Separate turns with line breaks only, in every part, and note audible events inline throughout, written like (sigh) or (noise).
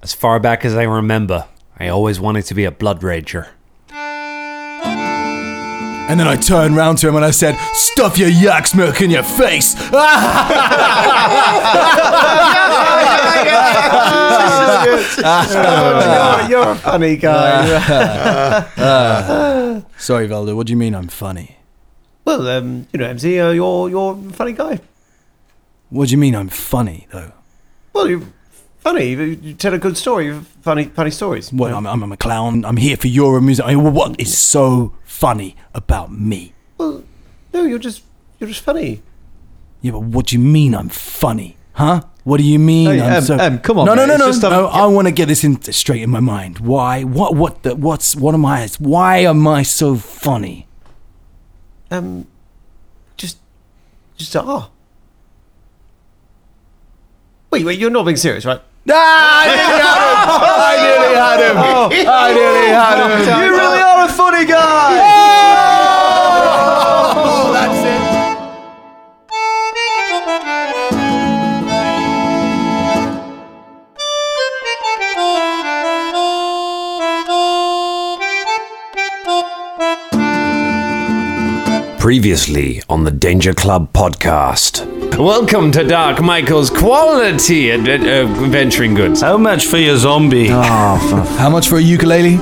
As far back as I remember, I always wanted to be a blood rager.
And then I turned round to him and I said, Stuff your yak's milk in your face! Ah!
Oh, (laughs) you're a funny guy.
Sorry, Velda, what do you mean I'm funny?
Well, um, you know, MC, uh, you're you're a funny guy.
What do you mean I'm funny, though?
Well, you're funny. You, you tell a good story. You've Funny, funny stories.
What, I'm, I'm, I'm a clown, I'm here for your amusement. I mean, what is so funny about me?
Well, no, you're just you're just funny.
Yeah, but what do you mean I'm funny? Huh? What do you mean?
Hey,
I'm
um, um, come on,
No, no,
mate,
no,
it's
no.
just, um,
no I want to get this in, straight in my mind. Why? What? What? The, what's? What am I? Why am I so funny?
Um, just just are. Wait, wait, you're not being serious, right? Oh.
You really are a funny guy.
Oh,
Previously on the Danger Club podcast. Welcome to Dark Michael's quality ad- uh, venturing goods.
Oh.
How much for your zombie?
How much for a ukulele?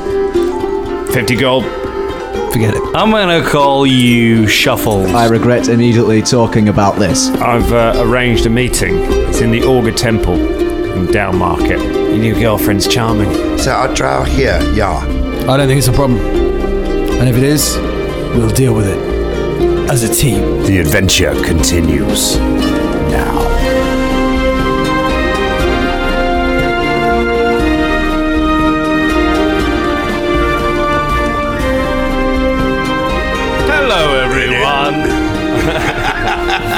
50 gold.
Forget it.
I'm gonna call you Shuffle.
I regret immediately talking about this.
I've uh, arranged a meeting. It's in the Augur Temple in Down Market. Your new girlfriend's charming.
So I draw here, yeah.
I don't think it's a problem. And if it is, we'll deal with it as a team.
The adventure continues now.
Hello, everyone.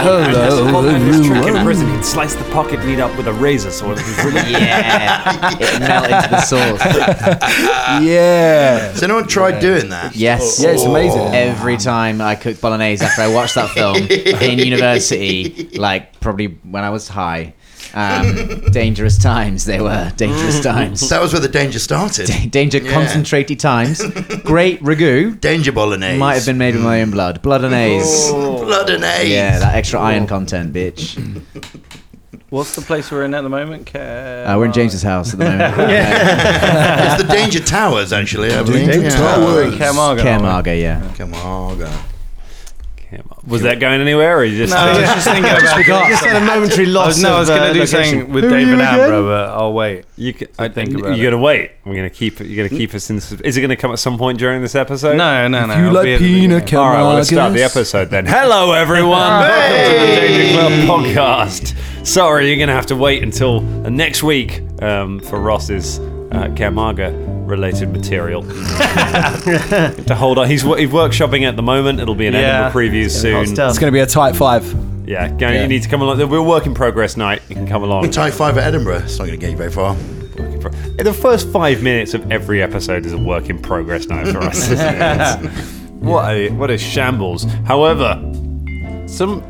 Oh,
Hello, everyone.
prison, he'd slice the pocket meat up with a razor (laughs) sword.
Yeah, it melted into the sauce.
Yeah.
Has anyone tried doing that?
(laughs) Yes.
Yeah, it's amazing.
Every time I cooked bolognese after I watched
(laughs)
that film in university, like probably when I was high, um, dangerous times they were.
(laughs)
Dangerous times. (laughs)
That was where the danger started.
Danger
Yeah.
concentrated times. Great ragu.
Danger bolognese.
Might have been made with my own blood. Blood and A's.
blood and AIDS.
Yeah, that extra iron content, bitch.
What's the place we're in at the moment? Care.
Uh, we're in James's house at the
(laughs)
moment.
it's the danger towers actually. I believe.
Danger
Yeah.
Towers.
Camargo.
Kermarga, yeah.
Oh, Come on, go.
Was that going anywhere or you just.
No, I was (laughs) just thinking about
You just had a momentary
I
loss.
was, no, I was
of, uh,
going to do
location.
something with David Ambro, but I'll wait.
You c I
think
think
about
you
it.
gotta wait. We're gonna keep. You gotta keep us in. sus- Is it gonna come at some point during this episode?
No, no, no.
you
I'll
like
be at the
peanut
beginning.
cake-
All right. Well, let's
Come on,
start the
guys.
episode then. Hello, everyone. Welcome to the Danger Club podcast. Sorry, you're gonna have to wait until uh, next week um, for Ross's uh, Kamaga related material. (laughs) to hold on, he's, wo- he's workshopping at the moment. It'll be an
Yeah.
Edinburgh preview soon.
stuff.
It's going to be a tight five.
Yeah, go- you need to come along. We're a work in progress night. You can come along.
Tie five at Edinburgh. It's not going to get you very far.
eh, The first five minutes of every episode is a work in progress now for us. isn't it? It's- what a what a shambles. However, some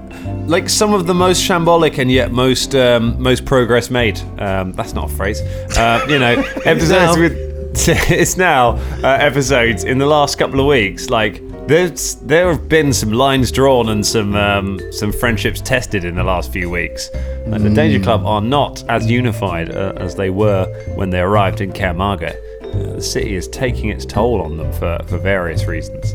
like some of the most shambolic and yet most um, most progress made. Um, that's not a phrase. Uh, you know, episodes with (laughs) it's now uh, episodes in the last couple of weeks. Like there's there have been some lines drawn and some um, some friendships tested in the last few weeks. Like, The Danger Club are not as unified uh, as they were when they arrived in Camargo. Uh, the city is taking its toll on them for, for various reasons.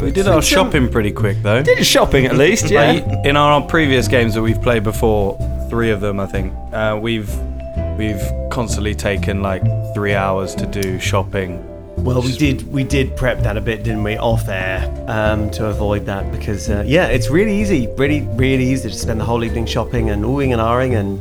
We did our shopping pretty quick, though.
Did shopping at least, yeah.
Like, in our previous games that we've played before, three of them, I think, uh, we've we've constantly taken like three hours to do shopping.
Well, we did we did prep that a bit, didn't we, off air, um, to avoid that because uh, yeah, it's really easy, really really easy to spend the whole evening shopping and oohing and ahhing and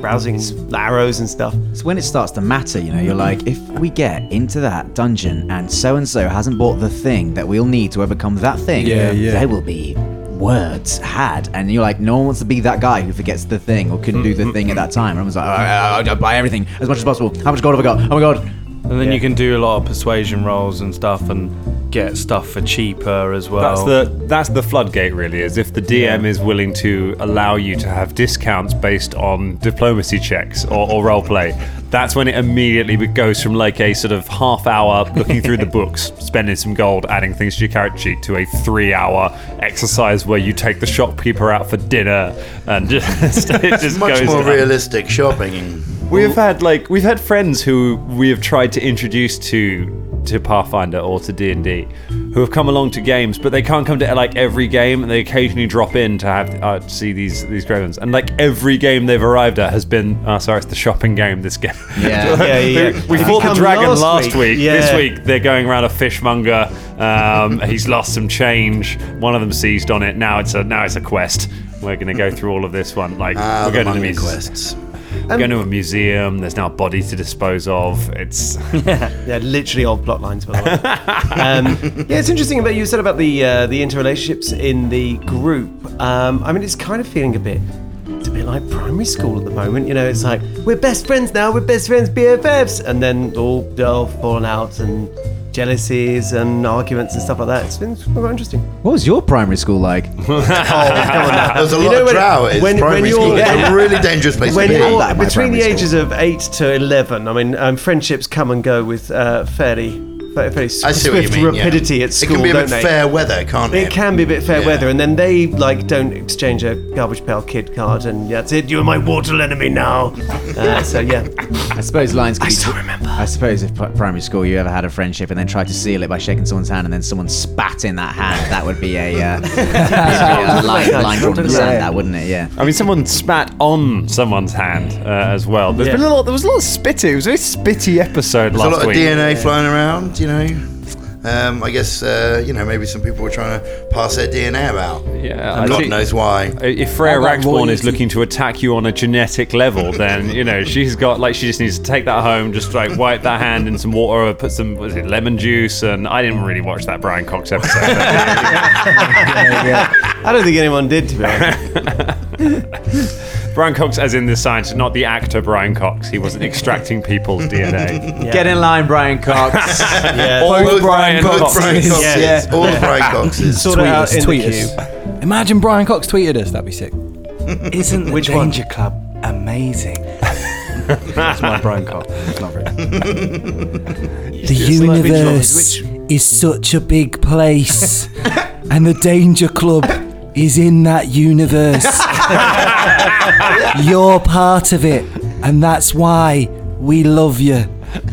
browsing arrows and stuff.
It's when it starts to matter, you know, you're like, if we get into that dungeon and so and so hasn't bought the thing that we'll need to overcome that thing,
Yeah, yeah.
there will be words had. And you're like, no one wants to be that guy who forgets the thing or couldn't do the thing at that time. Everyone's like, I, I, I, I buy everything as much as possible. How much gold have I got? Oh my god.
And then you can do a lot of persuasion rolls and stuff and get stuff for cheaper as well.
That's the that's the floodgate really. Is if the DM is willing to allow you to have discounts based on diplomacy checks or, or roleplay, that's when it immediately be- goes from like a sort of half hour looking
(laughs)
through the books, spending some gold, adding things to your character sheet, to a three hour exercise where you take the shopkeeper out for dinner and (laughs) just it just
Much
goes
more
down.
realistic shopping.
We've had like we've had friends who we have tried to introduce to to Pathfinder or to D and D, who have come along to games, but they can't come to like every game, and they occasionally drop in to have uh, to see these these gremlins. And like every game they've arrived at has been, oh, sorry, it's the shopping game this game. (laughs)
Yeah.
(laughs)
Yeah, yeah, yeah.
we
Did
fought the
he come
dragon last,
last
week.
week? Yeah.
This week they're going around a fishmonger. Um, (laughs) he's lost some change. One of them seized on it. Now it's a now it's a quest. We're gonna go through all of this one. Like
Ah,
we're
the
going to the
money
muse-
quests.
Going to a museum. There's now a body to dispose of. It's
Yeah, literally old plot lines, by the
(laughs)
way. um, yeah, it's interesting about you said about the uh, the interrelationships in the group. Um, I mean, it's kind of feeling a bit. It's a bit like primary school at the moment, you know. It's like we're best friends now, we're best friends, BFFs, and then all all fallouts and jealousies and arguments and stuff like that. It's been quite interesting.
What was your primary school like?
There's a lot
know
of
when-
drow at his
when-
primary
when you're-
school. It's a really dangerous place to
when
be.
you're
that at my
between the
primary
ages of eight to eleven, I mean, um, friendships come and go with uh, fairly, fairly, fairly
I see what you
swift
mean. yeah.
rapidity at school,
It can be a
don't
bit
they?
fair weather, can't it?
It can be a bit fair
Yeah.
weather, and then they like don't exchange a garbage pail kid card, and that's it. You're my mortal enemy now. Uh, so yeah,
I suppose lines. Could I
still remember.
I suppose if pri- primary school you ever had a friendship and then tried to seal it by shaking someone's hand and then someone spat in that hand, that would be a, uh, that would be a line, line drawn in the sand, that wouldn't it? Yeah.
I mean, someone spat on (laughs) someone's hand uh, as well. There's
Yeah.
been a lot. There was a lot of spitting. It was a very spitty episode
There's a
last
lot of
week.
DNA flying around, you know. Um, I guess, uh, you know, maybe some people were trying to pass their DNA about.
Yeah, I
God
think-
knows why.
If Freya
How about
Ragborn
royalty?
is looking to attack you on a genetic (laughs) level, then you know she's got like she just needs to take that home, just like wipe that hand in some water, or put some was it lemon juice, and I didn't really watch that Brian Cox (laughs) episode.
I don't think anyone did to be honest.
Brian Cox, as in the scientist, not the actor Brian Cox. He wasn't extracting people's DNA.
Get in line, Brian
(laughs)
Cox.
All
Both
Brian
both
Coxes.
Brian Coxes.
Yeah.
All
(laughs)
Brian Coxes.
Sort
Tweet
it out
us,
in the
tweet
queue.
us. Imagine Brian Cox tweeted us. That'd be sick. Isn't the
Which one?
Danger Club (laughs) amazing?
my brain cop.
The universe is such a big (laughs) place, and the Danger Club is in that (laughs) universe. You're part of it, and that's why we love you.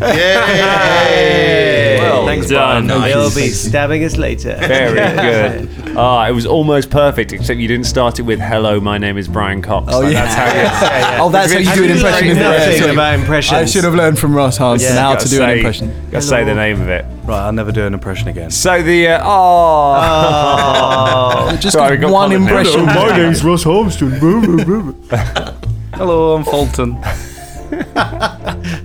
Yay!
Well done.
They'll be stabbing us later.
Very good. Ah, it was almost perfect, except you didn't start it with "Hello, my name is Brian Cox." Oh
yeah.
that's how you.
Oh, that's how you do an impression
Like
of
nothing
the
about impressions.
I should have learned from Ross Hansen
Yeah.
how
gotta
to do an
say-
impression.
Gotta say the name of it.
Right, I'll never do an impression again.
So the uh, oh,
Just
Sorry, we got
one
Colin now.
(laughs) impression.
My
name's Ross Holmston. Hello, I'm
(laughs)
Fulton.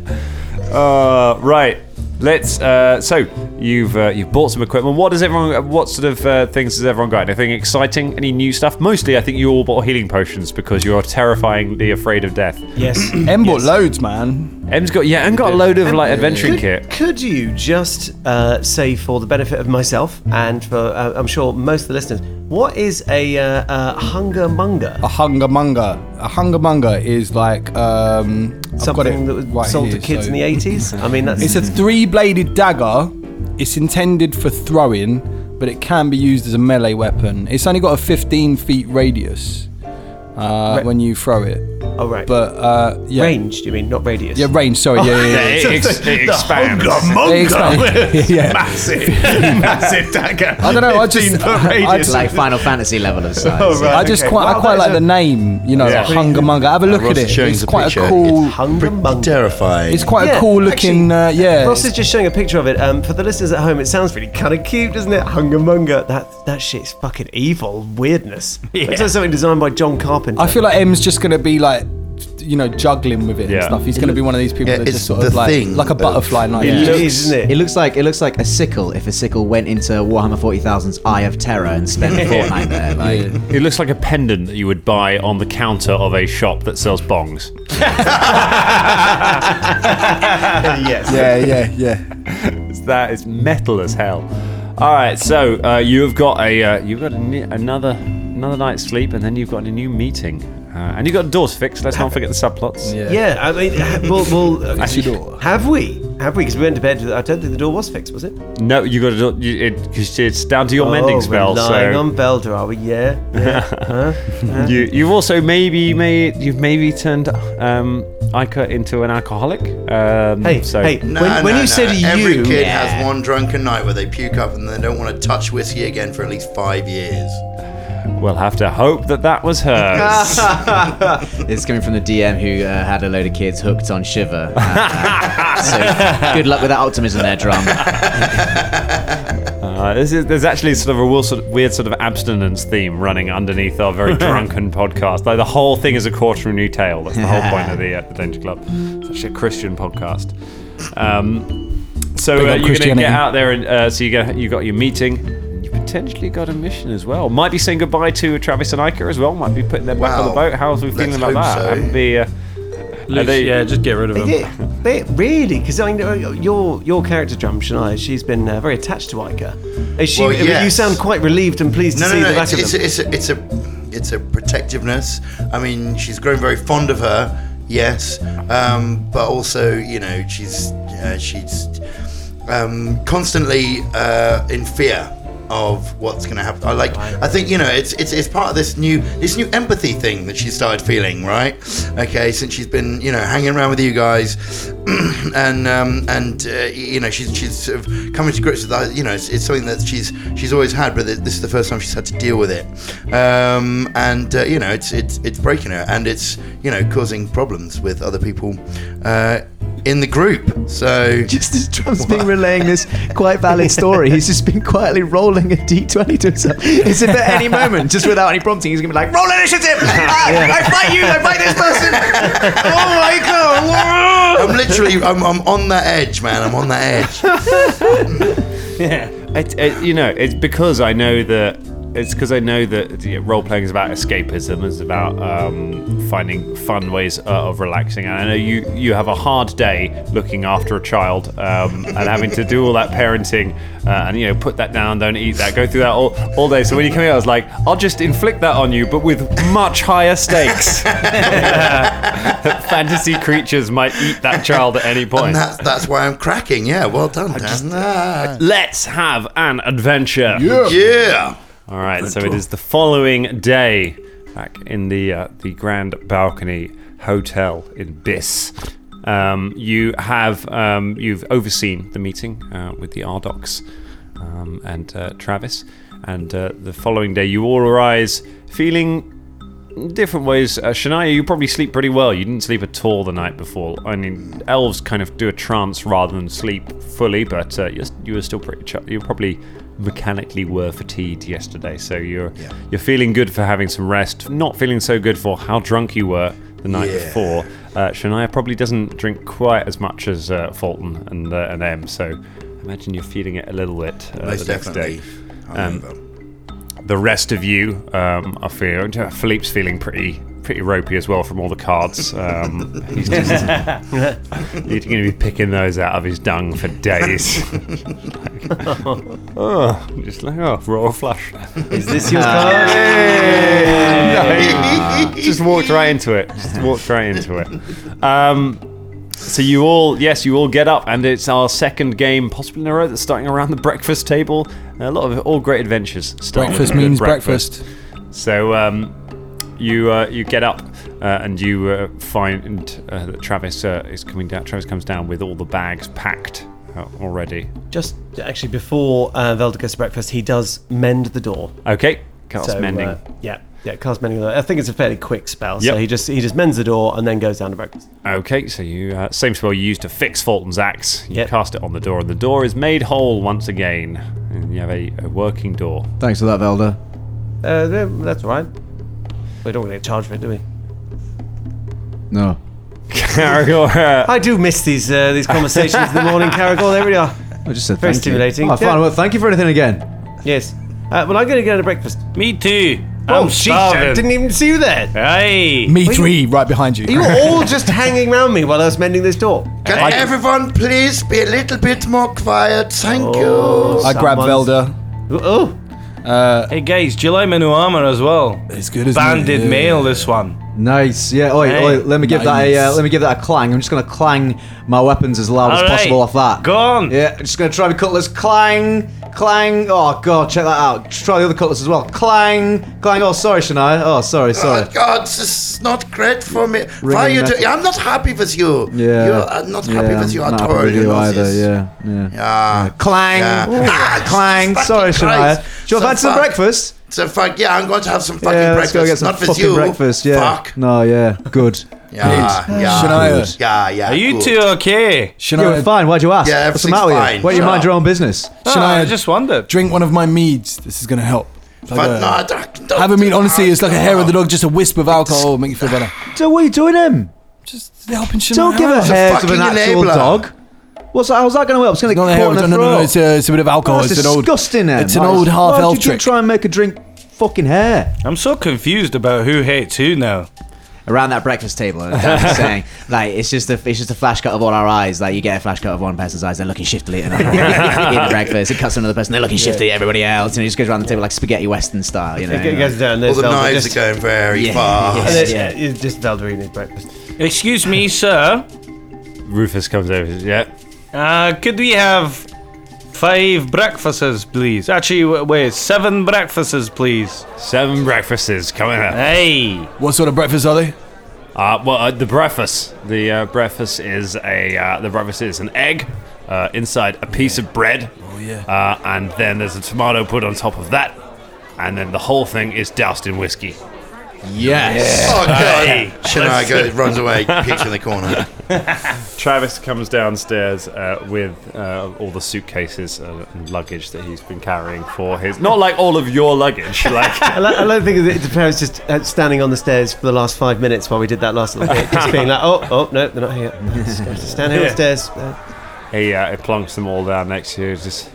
Uh, right. Let's. Uh, so you've uh, you've bought some equipment. What does everyone? What sort of uh, things has everyone got? Anything exciting? Any new stuff? Mostly, I think you all bought healing potions because you are terrifyingly afraid of death.
Yes.
M bought loads, man.
Em's got yeah, Em got a load of like adventuring
Could,
kit.
could you just uh, say, for the benefit of myself and for uh, I'm sure most of the listeners, what is a uh, uh, hunger monger?
A hungermonger. A hungermonger is like um, I've got
Something
it
that was
right
sold
here,
to kids
so-
in the 80s. I mean, that's
It's a three-bladed dagger. It's intended for throwing, but it can be used as a melee weapon. It's only got a 15 feet radius uh,
Right.
when you throw it.
oh, right.
But uh, yeah,
range. You mean not radius?
Yeah, range. Sorry.
Yeah,
Yeah, yeah,
(laughs)
yeah.
it, ex- it
(laughs)
expands.
They expand- (laughs) yeah.
Massive,
(laughs)
massive dagger.
I don't know. I just, I, I just,
like Final Fantasy level of size.
I just quite, I quite like the name. You know,
Yeah.
like hungermonger. Have a look at
Ross is
it.
showing
It's
the
quite
picture.
a cool.
It's
Hunger monger.
Terrifying.
It's quite
Yeah,
a cool looking. Uh, yeah.
Ross is just showing a picture of it. Um, for the listeners at home, it sounds really kind of cute, doesn't it? Hungermonger. That that shit's
(laughs)
fucking evil weirdness. It's That's something designed by John Carpenter.
I feel like M's just gonna be like you know, juggling with it and
Yeah.
stuff. He's going to be one of these people
Yeah,
that
it's
just sort
the
of like
thing
like a
of-
butterfly knife.
It
Yeah.
looks, isn't it?
It looks like it looks like a sickle if a sickle went into Warhammer 40,000's Eye of Terror and spent a fortnight there. Like,
It looks like a pendant that you would buy on the counter of a shop that sells bongs.
yes.
yeah, yeah, yeah.
It's that it's metal as hell. All right, so uh, you have got a uh, you've got a ne- another another night's sleep, and then you've got a new meeting, uh, and you've got doors fixed. Let's not forget the subplots.
Yeah.
Yeah, I mean, ha-
(laughs)
well, well
Actually, door.
have we? Have we? Because we went to bed. with- I don't think the door was fixed, was it?
No, you got a door. You, it, 'cause it's down to your
oh,
mending spell.
Relying
So
on Belder, are we? Yeah.
(laughs)
yeah.
you you've also maybe made you've maybe turned um, Ica into an alcoholic. Um,
hey,
so
hey.
No,
when when
no,
you
no.
said
every
you,
kid
Yeah.
has one drunken night where they puke up and they don't want to touch whiskey again for at least five years.
we'll have to hope that that was her.
it's coming from the DM who uh, had a load of kids hooked on Shiver. Uh, uh, so good luck with that optimism there, Drum.
Uh, this is, there's actually sort of a weird sort, of, weird sort of abstinence theme running underneath our very drunken podcast. Like the whole thing is a quarter new tale. That's the whole point of the, uh, the Danger Club. It's actually a Christian podcast. Um, so uh, you're
Big up
going to
Christianity.
get out there, and uh, so you get you got your meeting. You potentially got a mission as well. Might be saying goodbye to Travis and Iker as well. Might be putting them back on the
Wow.
boat. How's we
Let's
feeling about
hope
that?
so.
That'd be, uh,
Luke's-
they-
yeah, just get rid of him.
Yeah, but really, because I know your your character, Drum Shania, she's been uh, very attached to Ica. Is she?
Well,
I mean, You
yes.
sound quite relieved and pleased to
No, no,
see the
no.
back
It's,
of
it's,
them.
it's, a, it's a it's a protectiveness. I mean, she's grown very fond of her. Yes, um, but also you know she's uh, she's um, constantly uh, in fear of what's going to happen. I like. I think you know it's it's it's part of this new this new empathy thing that she started feeling. Right. Okay. Since she's been you know hanging around with you guys, (clears throat) and um, and uh, y- you know she's she's sort of coming to grips with that. You know it's, it's something that she's she's always had, but this is the first time she's had to deal with it. Um, and uh, you know it's it's it's breaking her, and it's you know causing problems with other people. Uh, in the group, so
just as Trump's been relaying this quite valid story, he's just been quietly rolling a d20 to himself. As if at any moment, just without any prompting, he's going to be like, roll initiative! Ah, I fight you! I fight this person! oh my god!
I'm literally, I'm, I'm on that edge, man. I'm on that edge.
It, it, you know, it's because I know that it's because I know that yeah, role playing is about escapism, is about um, finding fun ways uh, of relaxing. And I know you you have a hard day looking after a child um, and having to do all that parenting uh, and you know put that down, don't eat that, go through that all, all day. So when you come here, I was like, I'll just inflict that on you, but with much higher stakes.
(laughs)
(laughs) Fantasy creatures might eat that child at any point.
And that's that's why I'm cracking. Yeah, well done, Dan. Ah.
Let's have an adventure.
yeah.
All right, so it is the following day back in the uh, the Grand Balcony Hotel in Biss. Um, you have um, you've overseen the meeting uh, with the Ardocs um, and uh, Travis, and uh, the following day you all arise feeling different ways. Uh, Shania, you probably sleep pretty well. You didn't sleep at all the night before. I mean, elves kind of do a trance rather than sleep fully, but uh, you're, you were still pretty. Ch- you probably mechanically were fatigued yesterday, so you're you're feeling good for having some rest. Not feeling so good for how drunk you were the night
Yeah.
before. Uh, Shania probably doesn't drink quite as much as uh, Fulton and uh, and Em, so. Imagine you're feeling it a little bit uh,
Most
the next
definitely.
day
Um,
I'm
the rest of you um, are feeling. Philippe's feeling pretty pretty ropey as well from all the cards. Um, he's just (laughs) you're going to be picking those out of his dung for days. oh, just like oh, roll a flush.
Is this
(laughs)
your card?
just walked right into it. Just walked right into it. Um, so you all, yes, you all get up, and it's our second game, possibly in a row, that's starting around the breakfast table. A lot of all great adventures. start with
Breakfast
a good
means breakfast.
so um, you uh, you get up uh, and you uh, find uh, that Travis uh, is coming down. Travis comes down with all the bags packed uh, already.
Just actually before uh, Velder goes to breakfast, he does mend the door.
Okay, cast mending.
uh, yeah, yeah, cast mending. the door. I think it's a fairly quick spell. So
Yep.
he just he just mends the door and then goes down to breakfast.
Okay, so you uh, same spell you used to fix Fulton's axe. You
Yep.
cast it on the door, and the door is made whole once again. And you have a, a working door. (laughs)
Thanks for that, Velda.
Uh, yeah, that's all right. We don't want to get charged for it, do we?
No.
Caragor.
I do miss these uh, these conversations in the morning, Caragor. There we are.
I just said
Very
thank you.
stimulating.
Oh, fine.
Yeah.
Well, thank you for anything again.
Yes. Uh, well, I'm going to go to breakfast.
Me too.
oh,
I'm
shit! I
starving.
didn't even see you there.
Hey.
Me three, right behind you. (laughs)
You
(laughs)
were all just hanging around me while I was mending this door.
Can everyone please be a little bit more quiet?
Oh,
Thank you.
I grab
Someone's-
Velda.
Oh,
Hey guys, do you like my new armor as well?
It's good, isn't it?
Banded
Yeah.
mail, this one.
Nice. Yeah. Oi,
Hey.
oi, let me give that a uh,
Nice.
let me give that a clang. I'm just gonna clang my weapons as loud as
All right.
possible off that.
Go on.
Yeah. I'm just gonna try the cutlass. Clang, clang. Oh god, check that out. Just Try the other cutlass as well. Clang, clang. Oh sorry, Shania. Oh sorry, sorry.
Oh God, this is not great for me. Why are you
nothing.
doing? I'm not happy with you.
Yeah.
you I'm not happy
yeah,
with you
I'm
at
not happy
all.
with
You
you
know
either.
this.
Yeah. Yeah.
Yeah.
Clang,
Yeah.
Ooh,
Ah,
clang.
(laughs) fucking
Sorry,
Christ.
Shania. Do you
So
fancy some
fuck.
breakfast?
So fuck yeah, I'm going to have some fucking
yeah, let's
breakfast.
go get some
not with
fucking
you.
breakfast. Yeah.
Fuck.
No, yeah, good.
(laughs)
Yeah. Yeah.
Shania.
Yeah. Yeah.
Are you
good.
two okay?
You're
Shania,
fine. Why'd you ask?
Yeah,
What's the matter with
everything's fine.
you? Why do you
Shut
mind
up.
your own business?
Ah,
Shania,
I just wondered.
drink one of my meads. This is going to help. It's like
But
a-
no, I don't, Oh.
have a mead. Honestly, it's like a hair of the dog, just a wisp of alcohol, make you feel better.
So what are you doing him?
Just helping Shania.
Don't give a
out.
hair to an
fucking
actual
enabler.
dog. What's that? How's that going to help? It's going
It's
to
not a
get
hair.
caught in the
No, no, no.
throat.
It's a, it's a bit of alcohol.
That's
it's an old.
disgusting. Em.
It's an
Why-
old half
Why
elf
did you
trick.
try and make a drink fucking hair?
I'm so confused about who hates who now.
around that breakfast table and I'm saying like it's just a it's just a flash cut of all our eyes like you get a flash cut of one person's eyes they're looking shiftily at another one eating breakfast it cuts to another person they're looking shiftily at everybody else and it just goes around the table like spaghetti western style you know
it goes down there.
All the
Velda,
knives
just-
are going very
Yeah.
fast.
And it's,
Yeah.
it's just Velda eating his breakfast.
Excuse me, sir.
Rufus comes over. and says, Yeah.
Uh, could we have five breakfasts, please? Actually, w- wait, seven breakfasts, please.
Seven breakfasts coming up.
Hey.
What sort of breakfast are they?
Uh, well, uh, the breakfast. The uh, breakfast is a uh, the breakfast is an egg uh, inside a piece of bread. Oh
yeah.
Uh, and then there's a tomato put on top of that, and then the whole thing is doused in whiskey.
Yes.
Oh
Hey.
god! Shania goes, runs away, peeks in the corner.
Travis comes downstairs uh, with uh, all the suitcases uh, and luggage that he's been carrying for his. Not like all of your luggage, (laughs) like
I lo- I don't think it's Perry's just uh, standing on the stairs for the last five minutes while we did that last little bit, just being like, oh, oh, no, they're not here. Just gonna have to stand here on the stairs. Uh,
he, uh, he plunks them all down next to you. Just,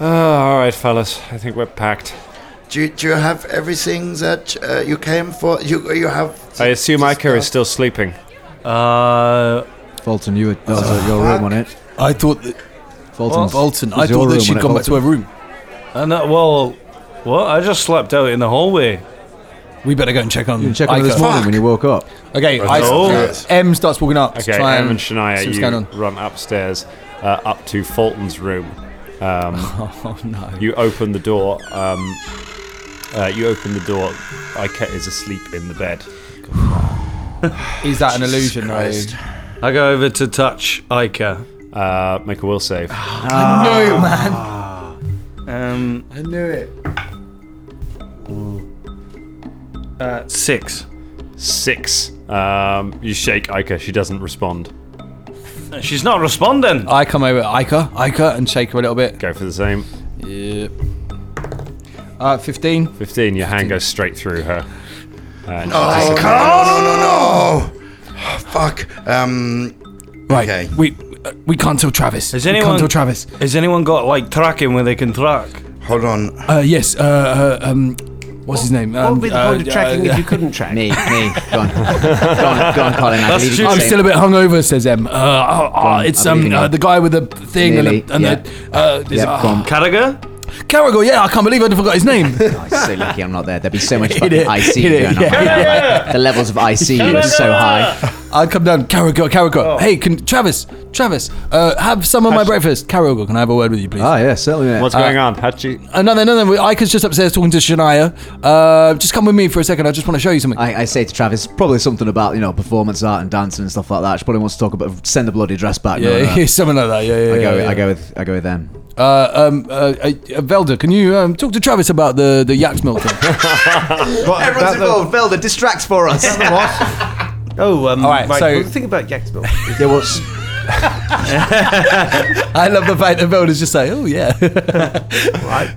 oh, all right, fellas, I think we're packed.
(laughs) do, you, do you have everything that uh, you came for? You you have.
I assume Ica is still sleeping.
Uh,
Fulton, you were that was uh, your room on it.
I thought that
Fulton.
Bolton.
It was
I
your
thought
room,
that she'd
wasn't it,
gone back to her room.
and uh, well, what? I just slept out in the hallway.
We better go and check on.
You checked on her
Ica.
this morning when you woke up.
Okay. I,
No.
M starts walking up. to
Okay,
try
Em and
see
Shania,
what's
you
going on. (laughs)
run upstairs uh, up to Fulton's room. Um,
Oh no.
you open the door. Um, uh, you open the door. Ica is asleep in the bed.
Is that an illusion? though?
Christ.
I go over to touch Ica.
Uh, make a will save.
No man.
Um,
I knew it.
uh, six.
Six. Um, you shake Ica. She doesn't respond.
She's not responding.
I come over, Ica, Ica, and shake her a little bit.
Go for the same.
Yep. Uh, 15.
Fifteen. Your hand goes straight through her. Uh,
Oh, no, no, no, no! (sighs) Fuck. Um,
Right.
Okay.
We uh, we can't tell Travis.
Has
We
anyone-
can't tell Travis.
Has anyone got like tracking where they can track?
hold on.
Uh, yes. Uh, uh, um, what's his name?
what
Um,
would be the point of
uh,
tracking
uh,
if you couldn't track?
me me go on go on, go on Colin I believe you
true.
I'm still a bit hungover, says Em. Uh, oh, oh,
on,
it's
I believe
um,
in
uh,
you.
the guy with the thing
Nearly,
and, the, and
yeah.
the. Uh, there's-
Yep, go
oh,
on.
Carragher?
Carragher, yeah, I can't believe I forgot his
(laughs)
name.
Oh, I'm so lucky I'm not there there'd be so
(laughs)
much
Hit
fucking
it,
IC
hit it,
going on
yeah.
Like, (laughs) the levels of IC are so high
I'd come down, Carragher,
Oh.
Carragher. Hey, can Travis, Travis, uh, have some of my breakfast. Carragher, can I have a word with you, please?
Ah, yeah, certainly. mate.
Uh,
Uh,
what's going on? Hachi.
Another, no, no, no. Ica's just upstairs talking to Shania. Uh, just come with me for a second. I just want to show you something.
I, I say to Travis, probably something about you know performance art and dancing and stuff like that. She probably wants to talk about send the bloody dress back.
yeah,
no,
(laughs)
no.
yeah, something like that. Yeah, yeah.
I go, I
yeah, yeah.
go with, I go with them.
Uh, um, uh, uh, Velda, can you um, talk to Travis about the the Yaks milk thing?
Everyone's involved. Velda distracts
(laughs)
for us.
Oh, um,
All right,
right.
so-
well, think about Yaxville.
yeah, what's
(laughs) I love the fact that Velda's just like, oh yeah.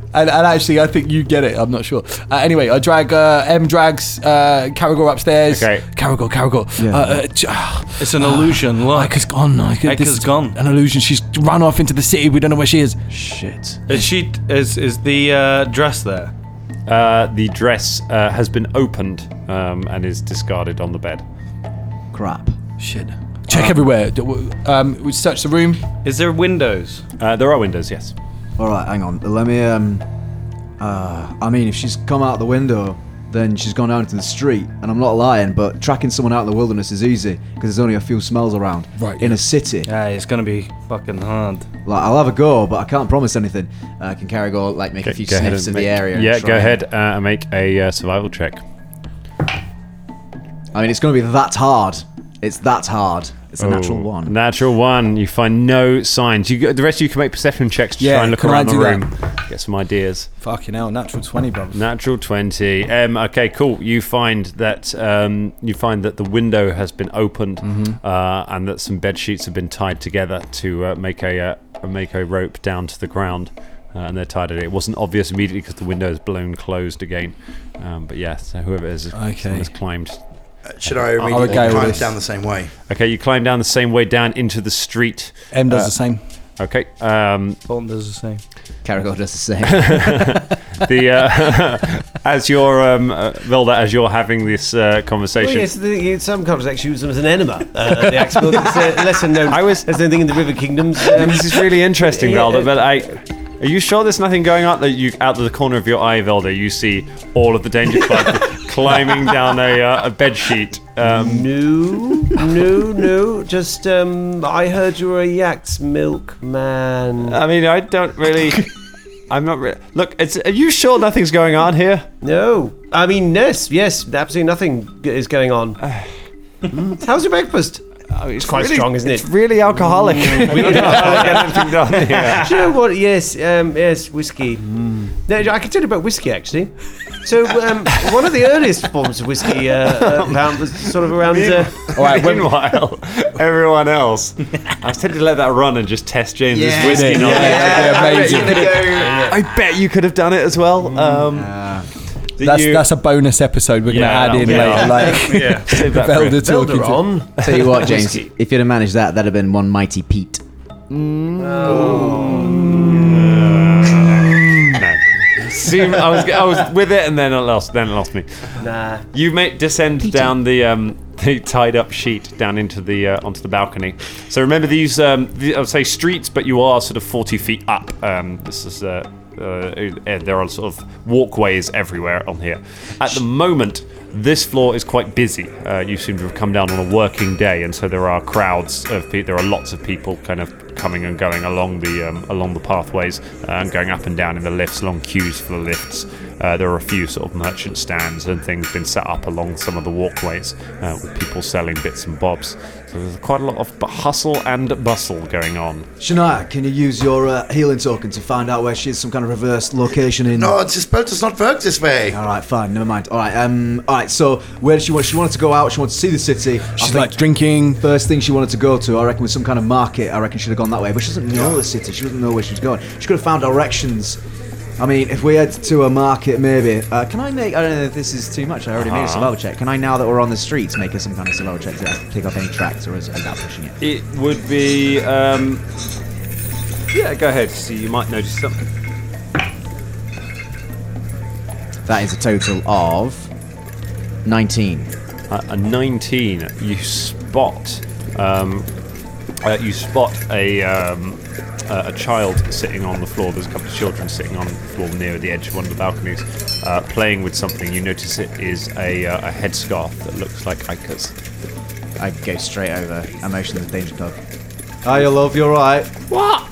(laughs) and, and actually, I think you get it. I'm not sure. Uh, anyway, I drag uh, M drags uh, Caragor upstairs.
Okay.
Caragor, Caragor. Uh, uh, j- ah,
It's an illusion. Look,
Ika's gone. Ika,
Ika's
is
gone.
An illusion. She's run off into the city. We don't know where she is.
Shit.
is she is is the uh, dress there?
Uh, the dress uh, has been opened um, and is discarded on the bed.
Crap.
Shit. Check
Ah.
everywhere. D- w- Um, we search the room.
Is there windows?
Uh, there are windows, yes.
All right, hang on. Let me. Um, uh, I mean, if she's come out the window, then she's gone out into the street. And I'm not lying, but tracking someone out in the wilderness is easy because there's only a few smells around.
Right,
In
yeah.
a city,
Ah,
Yeah, it's gonna be fucking hard.
like I'll have a go, but I can't promise anything. Uh, can Caragor like make a few sniffs of the area? and
Yeah,
try
go
and-
ahead uh, and make a uh, survival check.
I mean, it's going to be that hard. It's that hard. It's a natural
Ooh,
one.
Natural one. You find no signs. You go- the rest of you can make perception checks to
Yeah,
try and look
can I
around the
do that?
room, get some ideas.
Fucking hell, natural twenty, brother.
Natural twenty. Um, okay, cool. You find that um, you find that the window has been opened,
Mm-hmm.
uh, and that some bed sheets have been tied together to uh, make a uh, make a rope down to the ground, uh, and they're tied. At it. it wasn't obvious immediately because the window is blown closed again. Um, but yeah, so whoever it is, someone
Okay.
has climbed.
Should I immediately
go with
climb
this.
down the same way?
Okay, you climb down the same way down into the street.
M does
Uh,
the
(laughs)
same.
Okay, um,
Bolton does the same.
Caragor does the same.
(laughs)
the uh, (laughs) as you're um, uh, Velda, as you're having this uh,
Well,
conversation.
yes, the, in some context, she was an enema. Uh, the Axel, it's a lesser known.
I was-
There's anything in the River Kingdoms. Um, (laughs)
This is really interesting,
Yeah,
Velda.
uh,
But I, are you sure there's nothing going on that you out of the corner of your eye, Velda? You see all of the danger club (laughs) climbing down a, uh, a bed sheet. Um,
no, no, no. Just um, I heard you were a yak's milkman.
I mean, I don't really. I'm not really. Look, it's, are you sure nothing's going on here?
No, I mean yes, yes. Absolutely nothing g- is
(sighs)
going on. Mm. How's your breakfast? it's, quite strong, isn't it?
Oh, It's
(laughs)
really alcoholic. we don't get anything done here.
(laughs)
Hmm.
Do you know what? Yes, um, yes, whiskey. No, I can tell you about whiskey actually. So um, one of the earliest forms of whiskey uh,
(laughs)
uh, found was sort of around. Uh,
All (laughs) right, meanwhile, everyone else. (laughs) I was tempted to let that run and just test James's whiskey knowledge.
amazing.
I bet you could have done it as well. Um, did
That's,
you-
that's a bonus episode we're
Yeah,
gonna add in
that'll
later.
be- (laughs)
Like
yeah, (laughs) save that for
(laughs) Velda talking
Elder
to
on.
Tell you what, James, if you'd have managed that, that'd have been one mighty Pete.
See, I was, I was with it, and then it lost. Then it lost me.
Nah.
You may descend down the um, (laughs) the tied up sheet down into the uh, onto the balcony. So remember these um, the, I would say streets, but you are sort of forty feet up. Um, this is. Uh, uh, eh, there are sort of walkways everywhere on here. At the moment, this floor is quite busy. Uh, you seem to have come down on a working day, and so there are crowds of people. There are lots of people kind of coming and going along the um, along the pathways uh, and going up and down in the lifts, long queues for the lifts. Uh, there are a few sort of merchant stands and things been set up along some of the walkways uh, with people selling bits and bobs. So there's quite a lot of bu- hustle and bustle going on.
Shania, can you use your uh, healing token to find out where she is? Some kind of reverse location in.
No, it's- this boat does not work this way.
All right, fine, never mind. All right, um, all right. So where did she want? She wanted to go out. She wanted to see the city. I
She's
think
like drinking.
first thing she wanted to go to. I reckon was some kind of market. I reckon she'd have gone that way, but she doesn't know the city. She doesn't know where she was going. She could have found directions. I mean, if we head to a market, maybe. Uh,
Can I make? I don't know if this is too much. I already
Uh-huh.
made a survival check. Can I, now that we're on the streets, make us some kind of survival check to pick up any tracks, or is, is that pushing it?
It would be. Um, yeah, go ahead. See, you might notice something.
That is a total of nineteen.
Uh, a 19, you spot um, uh, you spot a um, uh, a child sitting on the floor. There's a couple of children sitting on the floor near the edge of one of the balconies, uh, playing with something. You notice it is a, uh, a headscarf that looks like Ica's.
I go straight over. Emotions of danger club.
Hi, you love, you're right. What?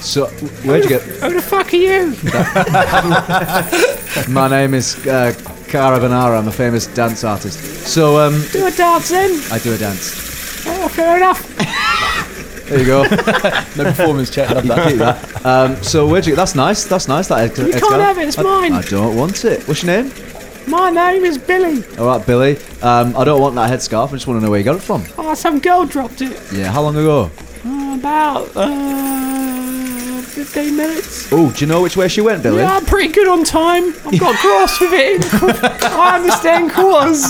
So, where'd you get?
Who the fuck are you?
my name is uh, Cara Venara. I'm a famous dance artist. So um,
Do a dance then.
I do a dance.
Oh, fair enough.
There you go.
(laughs) No performance check. Love
You
that.
can keep that. Um, so where'd you get? That's nice. That's nice. That ex-
You can't have it, it's
I
mine.
don't want it. What's your name?
My name is Billy.
All right, Billy. Um, I don't want that headscarf. I just want to know where you got it from.
Oh, some girl dropped it.
Yeah. How long ago?
Oh, about uh, 15 minutes.
Oh, do you know which way she went, Billy?
Yeah, I'm pretty good on time. I've got grasp of it.
(laughs)
I understand quarters.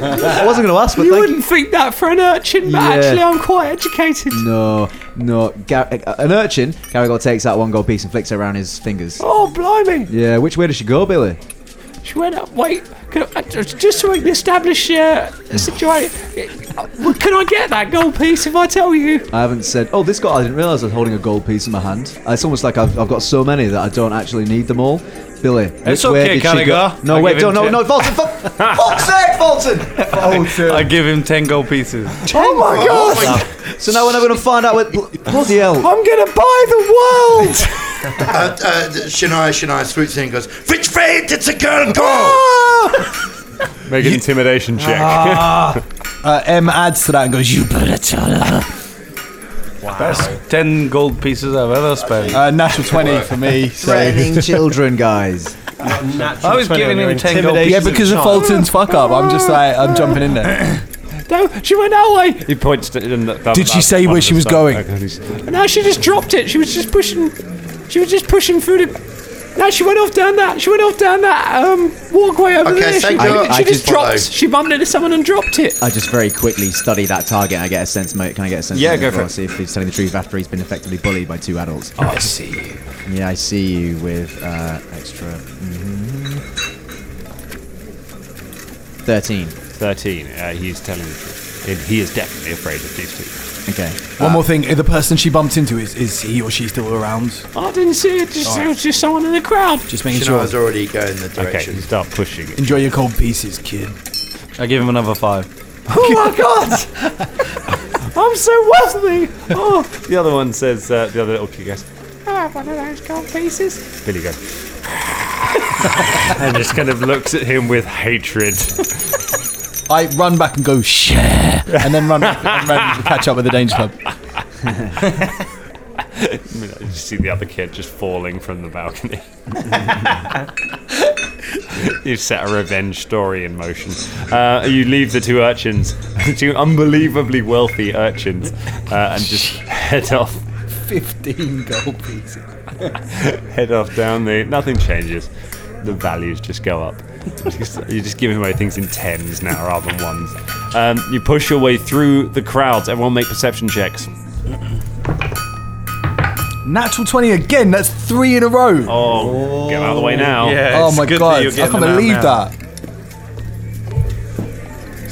I wasn't going to ask, but
You
thank
wouldn't think that for an urchin, but
Yeah.
actually, I'm quite educated.
No, no. Gar- uh, an urchin. Garagol takes out one gold piece and flicks it around his fingers.
Oh, blimey.
Yeah, which way did she go, Billy?
She went up. Wait, can I, uh, just so we can establish uh, a situation. Well, Can I get that gold piece if I tell you?
I haven't said. Oh, this guy! I didn't realize I was holding a gold piece in my hand. Uh, It's almost like I've, I've got so many that I don't actually need them all. Billy,
It's
which way
okay,
did she go?
Caligar.
No,
I'll
wait,
give
don't,
him
no,
ten.
no,
(laughs)
Fulton, Fulton, Fulton's sake, Fulton! Fulton.
I give him 10 gold pieces.
Oh my god! (laughs) So now we're never gonna find out what bloody hell.
I'm gonna buy the world.
Uh, uh, Shania, Shania swoops in and goes, Rich Fate, it's a girl (laughs) call!
Make an intimidation check.
Ah. Uh, M adds to that and goes, "You better tell her."
That's 10 gold pieces I've ever spent.
Uh, natural twenty for me. So.
Training children, guys.
I was giving him 10 gold
Yeah,
pieces.
because of Fulton's fuck up, I'm just like I'm jumping in (laughs) there.
No, she went that way.
(laughs) he points to him. That, that-
Did she
that-
say
one
where
of
she
the
was
stuff.
going?
And now she just dropped it. She was just pushing. She was just pushing through the. Now she went off down that. She went off down that um, walkway over
Okay,
(laughs)
there. She,
thank you.
she
I
just,
just
dropped.
followed.
She bumped into someone and dropped it.
I just very quickly study that target. I get a sense. Mo- can I get a sense?
Yeah,
motive
go for
or
it.
See if he's telling the truth after he's been effectively bullied by two adults.
Oh,
I see.
Yeah, I see you with uh, extra. mhm. Thirteen.
Thirteen. Uh, he's telling the truth. And he is definitely afraid of these two.
Okay.
One more thing: the person she bumped into is is he or she still around?
I didn't see it. Just, It was just someone in the crowd.
Just making
Shania's
sure.
already going the
Okay,
direction.
you start pushing. it.
Enjoy your cold pieces, kid.
I give him another 5.
Oh my god! I'm so wealthy. Oh,
The other one says. Uh, the other little "Ah, kid goes.
I have one of those gold pieces.
Billy goes. (laughs) and just kind of looks at him with hatred.
I run back and go share, and then run back and run, catch up with the Danger Club.
I mean, (laughs) you see the other kid just falling from the balcony. You've set a revenge story in motion. Uh, you leave the two urchins, (laughs) two unbelievably wealthy urchins, uh, and just head off.
Fifteen gold pieces.
(laughs) Head off down the. Nothing changes. The values just go up. You're just giving away things in tens now rather than ones. Um, you push your way through the crowds. Everyone make perception checks.
Natural twenty again. That's three in a row. Oh,
Oh, get out of the way now.
my god! I can't believe that.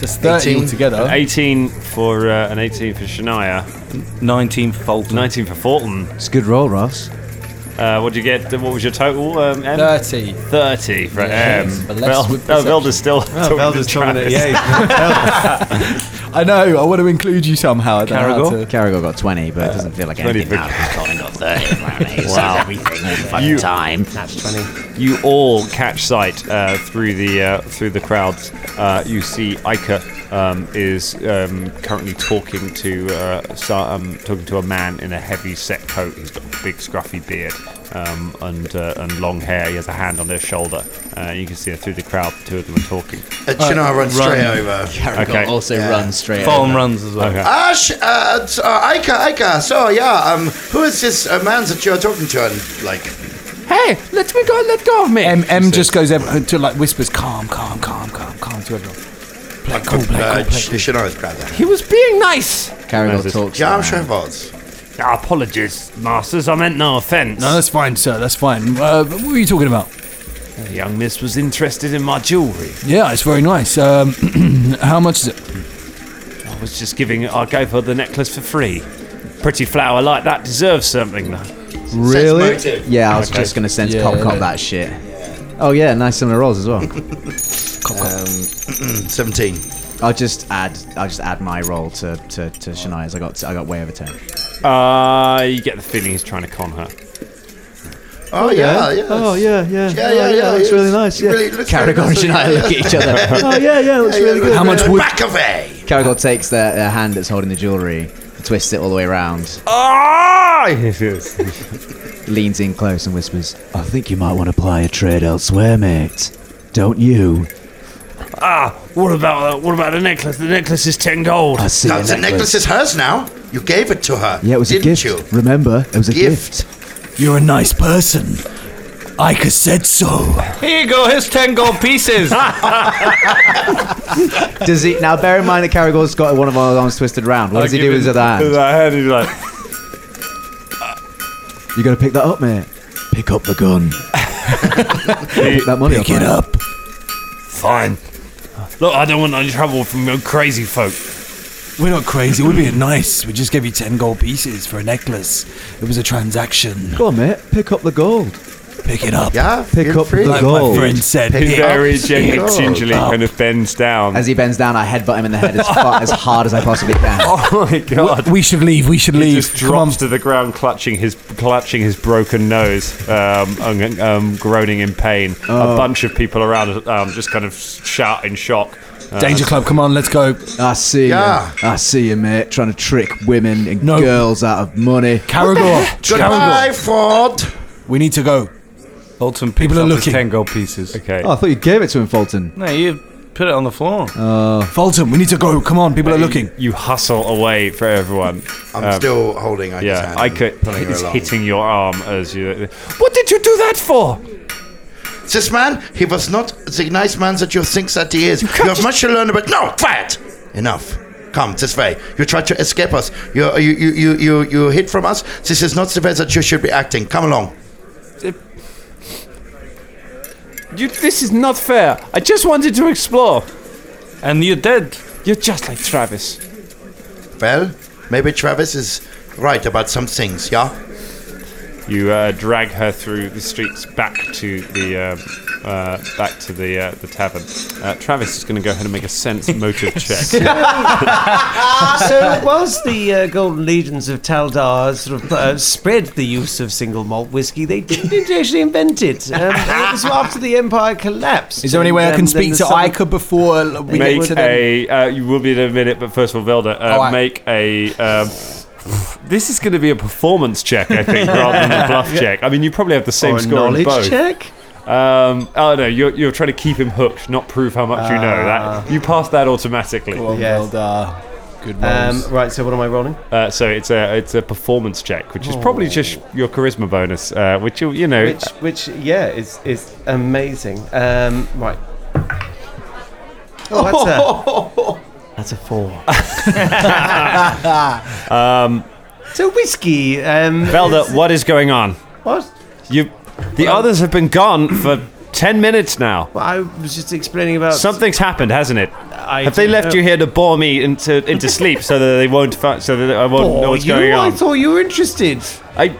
Just thirty
18.
altogether.
18 for uh, an 18 for Shania,
19 Fulton.
19 for Fulton.
It's a good roll, Ross.
Uh, what did you get? What was your total? Um, M?
Thirty.
30 for M.
but less
Vel-
with
oh, Velda's still. talking to Travis.
I know. I want to include you somehow. I don't know how
Caragor?
to-
Caragol got twenty, but it doesn't feel like
20 (laughs)
anything
for-
now. Colin got thirty. apparently. He says everything all the fucking time.
That's 20.
You all catch sight uh, through the uh, through the crowds. Uh, you see Ica um, is um, currently talking to uh, sa- um, talking to a man in a heavy set coat. He's got a big scruffy beard um, and uh, and long hair. He has a hand on their shoulder. Uh, you can see it through the crowd. The two of them are talking.
Uh, Shania runs
run.
straight over.
Caragol
Okay.
also runs straight.
Fulton runs as well.
Ah,
Ash, uh, it's, uh, Ica, Ica. So yeah, um, who is this uh, man that you're talking to? And like,
Hey, let me go. Let go of me.
M M just goes ev- to like whispers, calm, calm, calm, calm, calm to everyone. Play cool, play
uh,
cool, play
Sh- Shania's brother.
he was being nice.
Caragol talks.
Yeah, I'm
around.
sure it was.
Apologies, masters. I meant no offence.
No, that's fine, sir. That's fine. Uh, what were you talking about?
The young miss was interested in my jewellery.
Yeah, it's very nice. Um, (clears throat) how much is it?
I was just giving. I gave her the necklace for free. Pretty flower like that deserves something. though.
Really?
motive.
Yeah, I was just gonna sense
Yeah,
cop cop
yeah.
that shit. Oh yeah, nice similar rolls as well.
Seventeen.
I'll just add I'll just add my roll to to, to Shania's. I got I got way over ten.
Uh, you get the feeling he's trying to con her.
Oh, yeah, yeah.
Oh yeah, yeah.
Yeah,
Oh,
yeah, yeah.
It looks really nice. Yeah.
Really, it looks very
Caragol and
nice.
Shania look at each other.
Oh yeah, yeah. It looks really good.
How much would?
Back away.
Caragol takes the, the hand that's holding the jewelry, twists it all the way around,
Ah! Yes, yes.
(laughs) leans in close, and whispers, "I think you might want to apply a trade elsewhere, mate. Don't you?"
Ah, What about uh, what about the necklace? The necklace is ten gold.
I see.
No,
a
the necklace is hers now. You gave it to her.
Yeah, it was a
didn't
gift.
You?
Remember, it was a
Gift.
gift.
You're a nice person. Ika said so.
Here you go, here's 10 gold pieces.
Does he now? Bear in mind that Caragor's got one of our arms twisted round. What does he do with his other hand?
I heard him like,
You gotta pick that up, mate. Pick up the gun. (laughs) pick that money
Pick it
mate.
up.
fine. Look, I don't want any trouble from your crazy folk.
We're not crazy. We're being nice. We just gave you 10 gold pieces for a necklace. It was a transaction.
Go on, mate. Pick up the gold.
Pick it up.
Yeah,
Pick
feel
up
free.
the
Like
Gold.
my friend said.
Pick
pick
it up.
up.
Very gently,
Pick it up.
gingerly, kind of bends down.
As he bends down, I headbutt him in the head as, far, as hard as I possibly can.
oh my god.
We should leave. We should
He
leave.
just drops to the ground, clutching his clutching his broken nose, um, and, um, groaning in pain. A bunch of people around um, just kind of shout in shock. Uh,
Danger Club, come on, let's go.
I see
Yeah.
you. I see you, mate. Trying to trick women and
No.
girls out of money.
Caragor.
Goodbye,
Caragor.
Ford.
We need to go.
Bolton picks
People are
up his
looking.
10 gold pieces.
okay.
Oh, I thought you gave it to him, Fulton.
No, you put it on the floor.
Fulton, we need to go. Come on, people are looking.
You hustle away for everyone.
I'm still holding Ike's
Um, Yeah,
hand.
I
and
could.
pulling her
It's
along.
hitting your arm as you. What did you do that for?
This man, he was not the nice man that you think that he is. You, have much to learn about. No, quiet. Enough. Come this way. You try to escape us. You you you you you, you hid from us. This is not the way that you should be acting. Come along.
You, this is not fair. I just wanted to explore.
And you did.
You're just like Travis.
Well, maybe Travis is right about some things. Yeah.
You uh, drag her through the streets back to the uh, uh, back to the uh, the tavern. Uh, Travis is going to go ahead and make a sense motive
(laughs)
check.
so, whilst the uh, Golden Legions of Taldar sort of uh, spread the use of single malt whiskey, they
(laughs)
didn't actually invent it. Um, it was after the Empire collapsed.
Is there any way I
And,
can
um,
speak
then
to
the Southern-
Ica before
uh,
l- we
make
get to them?
a. Uh, you will be in a minute, but first of all, Velda, uh,
Oh, I-
make a. Um, this is going to be a performance check, I think, rather than a
(laughs)
bluff check. I mean, you probably have the same
Or a
score on
knowledge
both.
check?
Um, oh no, you're, you're trying to keep him hooked, not prove how much you know.
Ah.
That you pass that automatically.
Yes.
Good
Um,
rolls.
right, so what am I rolling?
Uh, so it's a it's a performance check, which is probably just your charisma bonus, uh, which you you know.
Oh. Which, which, yeah, is is amazing. Um, right. Oh, (laughs) that's a that's a four. um, so whiskey. Um,
Velda, what is going on?
what?
You, the others have been (clears throat) gone for ten minutes now.
Well, I was just explaining about
Something's happened, hasn't it?
I
Have they
don't
left
know.
you here to bore me into into sleep so that they won't fi- so that I won't
Oh,
know what's
you?
going
I
on?
thought you were interested.
I,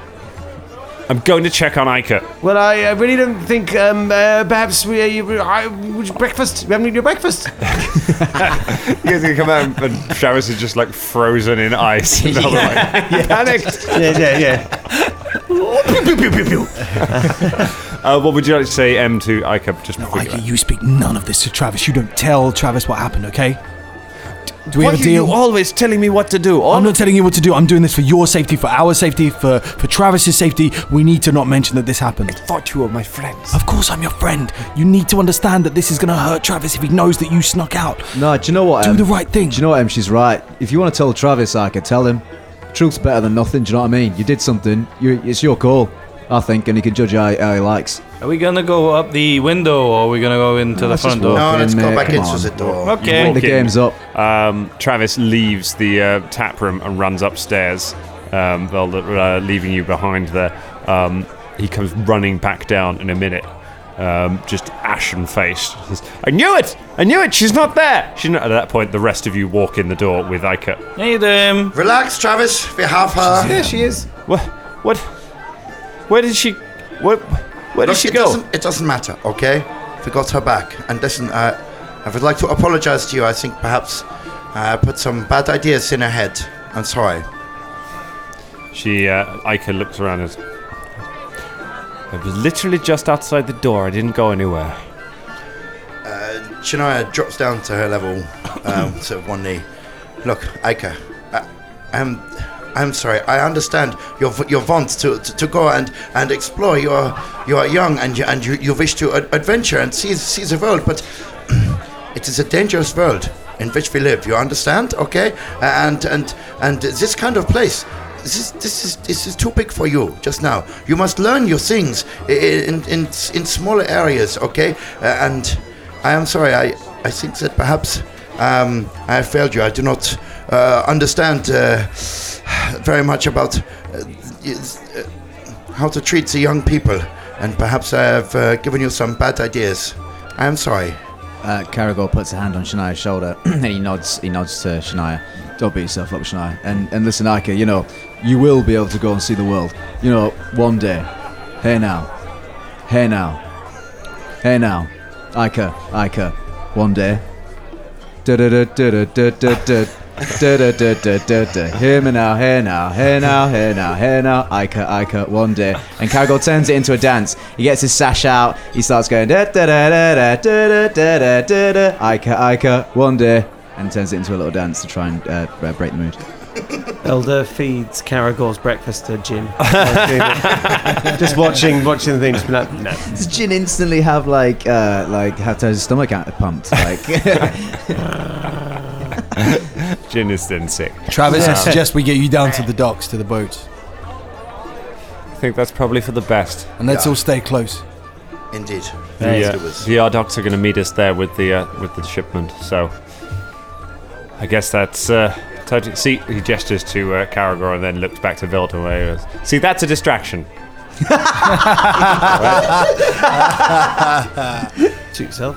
I'm going to check on Ica.
Well, I, I really don't think. Um, uh, perhaps we. Uh, you- I, would you breakfast. We haven't eaten your (laughs) breakfast.
You guys gonna come out and Travis is just like frozen in ice. And I'm like, panicked.
yeah, yeah, yeah.
(laughs) Uh, what would you like to say, M to Ica? Just before you
Ika, you speak none of this to Travis. You don't tell Travis what happened, okay? Do we have a deal?
always telling me what to do?
I'm not telling you what to do. I'm doing this for your safety, for our safety, for, for Travis's safety. We need to not mention that this happened.
Thought you were my friends.
Of course, I'm your friend. You need to understand that this is going to hurt Travis if he knows that you snuck out.
No, do you know what?
Do
Em?
the right thing.
Do you know what, Em? She's right. If you want to tell Travis, I could tell him. Truth's better than nothing. Do you know what I mean? You did something. You, it's your call, I think, and he can judge how, how he likes.
Are we gonna go up the window or are we gonna go into the
let's
front
just
door?
No,
walk. Fucking
let's go
mate,
back
uh, come
into
on.
the door.
Okay.
The
Walking.
game's up.
Um, Travis leaves the uh, tap room and runs upstairs, um, Velda, uh, leaving you behind there. Um, he comes running back down in a minute, um, just ashen faced. He says, I knew it! I knew it! She's not there! She's not. At that point, the rest of you walk in the door with Ica.
Hey, them.
Relax, Travis. We have her.
There she is.
What? What? Where did she. What? Where did
Look,
she
it
go?
Doesn't, it doesn't matter, okay? We got her back. And listen, uh, I would like to apologize to you. I think perhaps I put some bad ideas in her head. I'm sorry.
She, uh, Ica looks around and says, I was literally just outside the door. I didn't go anywhere.
Shania drops down to her level, um, sort of one knee. Look, Aika, I, I'm, I'm sorry. I understand your v- your wants to, to, to go and, and explore. You are you are young and you, and you, you wish to ad- adventure and see see the world, but it is a dangerous world. in which we live. You understand? Okay? And and and this kind of place. This is, this is this is too big for you just now. You must learn your things i- i- in in in smaller areas, okay? Uh, and I am sorry. I I think that perhaps um, I have failed you. I do not uh, understand uh, very much about uh, is- uh, how to treat the young people, and perhaps I have uh, given you some bad ideas. I am sorry.
Uh, Caragor puts a hand on Shania's shoulder (clears throat) and he nods. He nods to Shania. Don't beat yourself up, Shania. And and listen, Ika. You know, you will be able to go and see the world. You know, one day. Hey now. Hey now. Hey now. Ika. Ika. One day. Da-da-da-da-da-da-da. Da-da-da-da-da-da. Hear me now, hear now, hear now, hear now, hear now. Ica, Ica, one day. And Caragor turns it into a dance. He gets his sash out. He starts going da da da da da da da da da da da. Ica, Ica, one day. And turns it into a little dance to try and uh, uh, break the mood.
Elder feeds Caragor's breakfast to Jin. just watching, watching the thing, just be like, no.
Does Jin instantly have like, uh, like, have to have his stomach out pumped? Like.
Jin is then sick.
Travis, I
Um,
suggest we get you down to the docks, to the boats,
I think that's probably for the best.
and let's all stay close.
Indeed.
The, uh, the Ardocs are going to meet us there with the uh, with the shipment. So I guess that's. Uh, totally- See, he gestures to uh, Caragor and then looks back to Velda. where he goes, See, that's a distraction.
(laughs)
Suit yourself.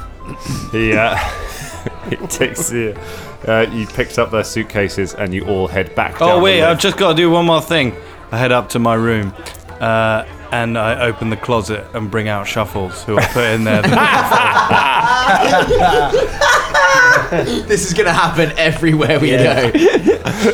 He, uh, (laughs) he takes the. Uh, he picks up their suitcases and you all head back. down
Oh
the
wait,
lift.
I've just got to do one more thing. I head up to my room, uh, and I open the closet and bring out Shuffles, who I put
(laughs)
in there.
(laughs) this is gonna happen everywhere
(laughs)
we go.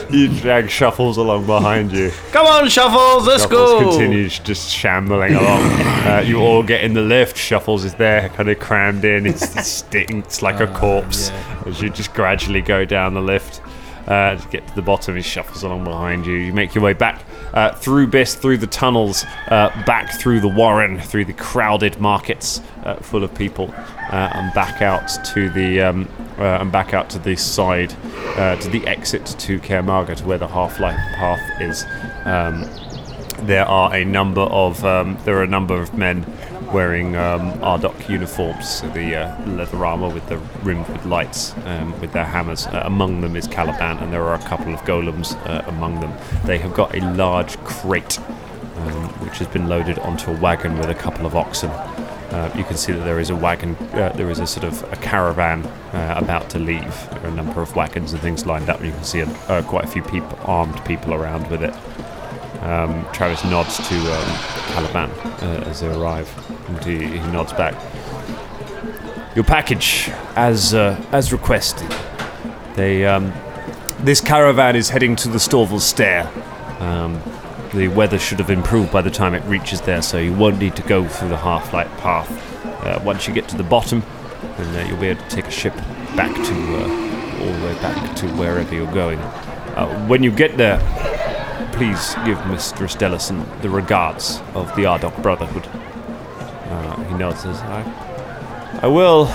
you drag shuffles along behind you.
Come on, Shuffles, let's
shuffles
go.
continues just shambling
(coughs)
along. uh, you all get in the lift. Shuffles is there, kind of crammed in. It's,
(laughs)
it stinks like
Ah,
a corpse as you just gradually go down the lift. Uh, to get to the bottom, he shuffles along behind you. You make your way back uh, through Biss, through the tunnels, uh, back through the Warren, through the crowded markets uh, full of people, uh, and back out to the um, uh, and back out to the side, uh, to the exit to Kermarga, to where the half-life path is. Um, there are a number of um, there are a number of men wearing um, Ardoc uniforms, so the uh, leather armor with the rimmed with lights, um, with their hammers. Uh, among them is Caliban, and there are a couple of golems uh, among them. They have got a large crate, um, which has been loaded onto a wagon with a couple of oxen. Uh, you can see that there is a wagon, uh, there is a sort of a caravan uh, about to leave. There are a number of wagons and things lined up, and you can see uh, quite a few people, armed people around with it. Um, Travis nods to um, Caliban uh, as they arrive, and he, he nods back. Your package, as uh, as requested. They um, this caravan is heading to the Storval Stair. Um, the weather should have improved by the time it reaches there, so you won't need to go through the half-light path. Uh, once you get to the bottom, then uh, you'll be able to take a ship back to uh, all the way back to wherever you're going. Uh, when you get there, Please give Mistress Dellison the regards of the Ardoc Brotherhood. Uh, he nods and says, I, I will.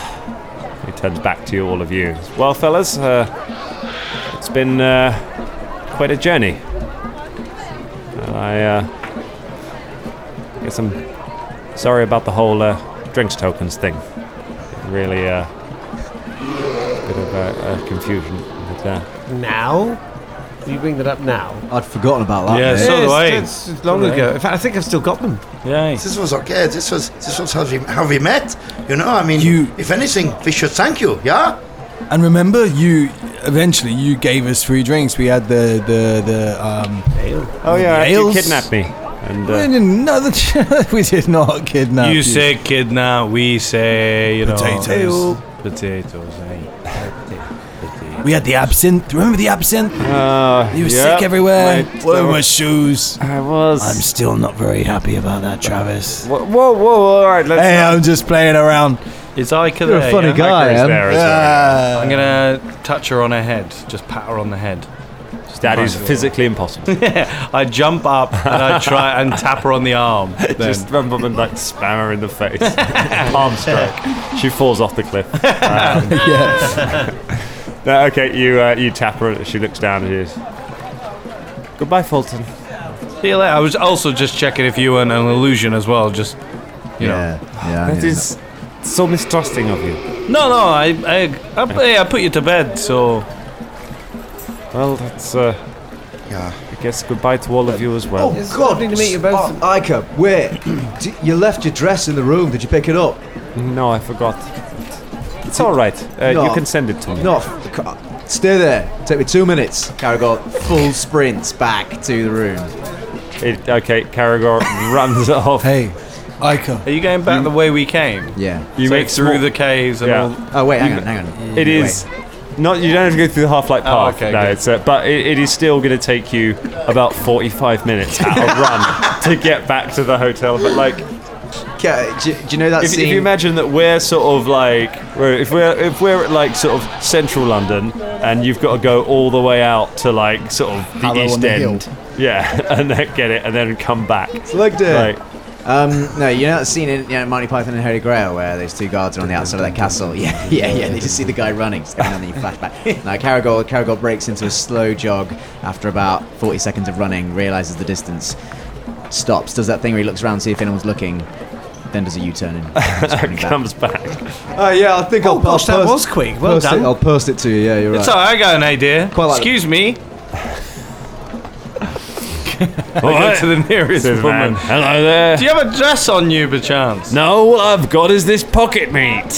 He turns back to you, all of you. Well, fellas, uh, it's been uh, quite a journey. And I uh, guess I'm sorry about the whole uh, drinks tokens thing. Really, uh, bit of uh, uh, confusion. But, uh,
Now? Do you bring that up now?
I'd forgotten about that.
Yeah,
mate.
so do I.
It's, it's long
So do I.
ago. In fact, I think I've still got them.
Yeah.
This was okay. This was this was how we how we met. You know, I mean, if anything, we should thank you. Yeah.
And remember, you eventually you gave us free drinks. We had the the the um.
oh
the
yeah, you
ales.
kidnapped me. And,
We
uh,
didn't- no, the- we did not (laughs) kidnap you.
you say kidnap, we say you know
Potatoes.
Potatoes. eh?
We had the absinthe. Remember the absinthe?
Uh,
you were
yep,
sick everywhere.
my-
Wore my shoes.
I was.
I'm still not very happy about that, Travis.
Whoa, whoa, whoa! All right, let's.
Hey, I'm just playing around.
It's Ica
You're a
there,
funny
yeah?
guy,
Ica's
Em.
there as
Yeah.
well. I'm gonna touch her on her head. Just pat her on the head.
That is physically impossible.
I jump up and I try and tap her on the
(laughs)
arm. Then. (laughs)
Just run up and like spam her in the face. (laughs) Palm stroke. She falls off the cliff. Um, (laughs) No, okay, you uh, you tap her. She looks down. She is. Goodbye, Fulton.
See you later. I was also just checking if you were an, an illusion as well. Just, you
Yeah,
know.
That is so mistrusting of you.
No, no. I, I, I, hey, I put you to bed. So,
Well, that's. Uh,
yeah.
I guess goodbye to all of you as well.
Oh God!
to meet you
both. Oh, Ica, (clears throat) wait. D- you left your dress in the room. Did you pick it up?
No, I forgot. It's all right. Uh, You can send it to me.
No, f- c- stay there. Take me two minutes.
Caragor full sprints back to the room.
It,
(laughs)
okay, Caragor runs off.
Hey, Ica.
are you going back the way we came?
Yeah.
You
so
make
through
small-
the caves and
Yeah.
all.
Oh wait, hang
You-
on, hang on.
It is not. You don't have to go through the half-light
Oh,
path.
okay,
no,
good.
it's uh, but it, it is still going to take you about forty-five minutes
(laughs)
at a run to get back to the hotel. But like,
Okay, do, do you know that
if,
scene?
if you imagine that we're sort of like, we're, if we're if we're at like sort of central London, and you've got to go all the way out to like sort of the
Harrow on
East
the
End, yeah, (laughs) and then get it, and then come back.
Like that.
Like,
Um, no, you know that scene in you know, Monty Python and Holy Grail where those two guards are on the outside of that castle? Yeah, (laughs) yeah, yeah. They just see the guy running, just and then you flashback. Now, Caragol, Caragol breaks into a slow jog after about 40 seconds of running, realizes the distance, stops, does that thing where he looks around to see if anyone's looking, then does a U turn and keeps running
(laughs)
back.
comes back.
Uh, yeah, I think I'll,
Oh, gosh,
I'll
that
post,
was quick. Well
post
done.
It, I'll post it to you. Yeah, you're right.
So I got an idea.
like-
Excuse me. I
All
go
right.
to the nearest
Says man.
woman.
Hello there.
Do you have a dress on you, perchance?
No, all I've got is this pocket meat.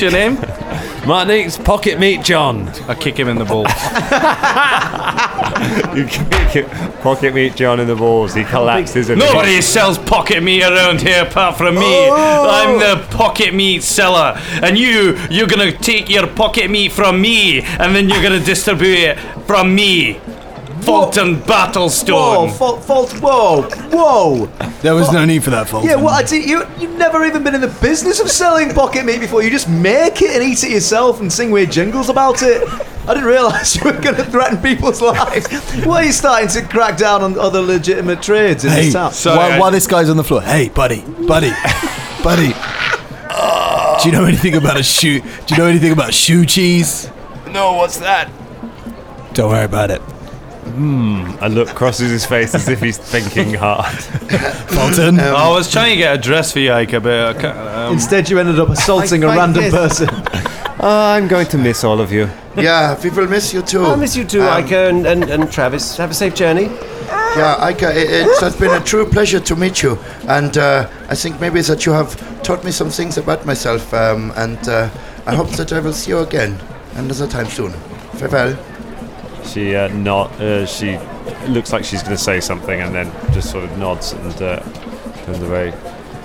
(laughs)
your name?
My name's Pocket Meat John.
I kick him in the balls.
(laughs) You kick it- Pocket Meat John in the balls. He collapses. and
(laughs) Nobody sells pocket meat around here apart from me.
Oh!
I'm the pocket meat seller, and you, you're gonna take your pocket meat from me, and then
(laughs)
you're gonna distribute it from me. Fulton
Whoa,
Battlestone.
fault, fault, whoa, whoa!
There was no need for that, Fulton.
Yeah, well, I did, you, you've never even been in the business of selling pocket meat before. You just make it and eat it yourself and sing weird jingles about it. I didn't realise you were going to threaten people's lives. Why are you starting to crack down on other legitimate trades in
Hey,
this town?
Sorry,
while,
I-
while this guy's on the floor, hey, buddy, buddy, (laughs) buddy. Do you know anything about a shoe? Do you know anything about shoe cheese?
No, what's that?
Don't worry about it,
I look crosses his face as if he's thinking hard.
Fulton.
Oh, I was trying to get a dress for you, Ike, but I can't, um,
Instead, you ended up assaulting a random person.
I'm going to miss all of you.
Yeah, people miss you too.
I miss you too,
Um,
Ica and, and, and Travis. Have a safe journey.
Yeah, Ica, it, it's has been a true pleasure to meet you, and uh, I think maybe that you have taught me some things about myself, um, and uh, I hope that I will see you again another time soon. Farewell.
She uh, not. Uh, she looks like she's going to say something, and then just sort of nods and uh, turns away.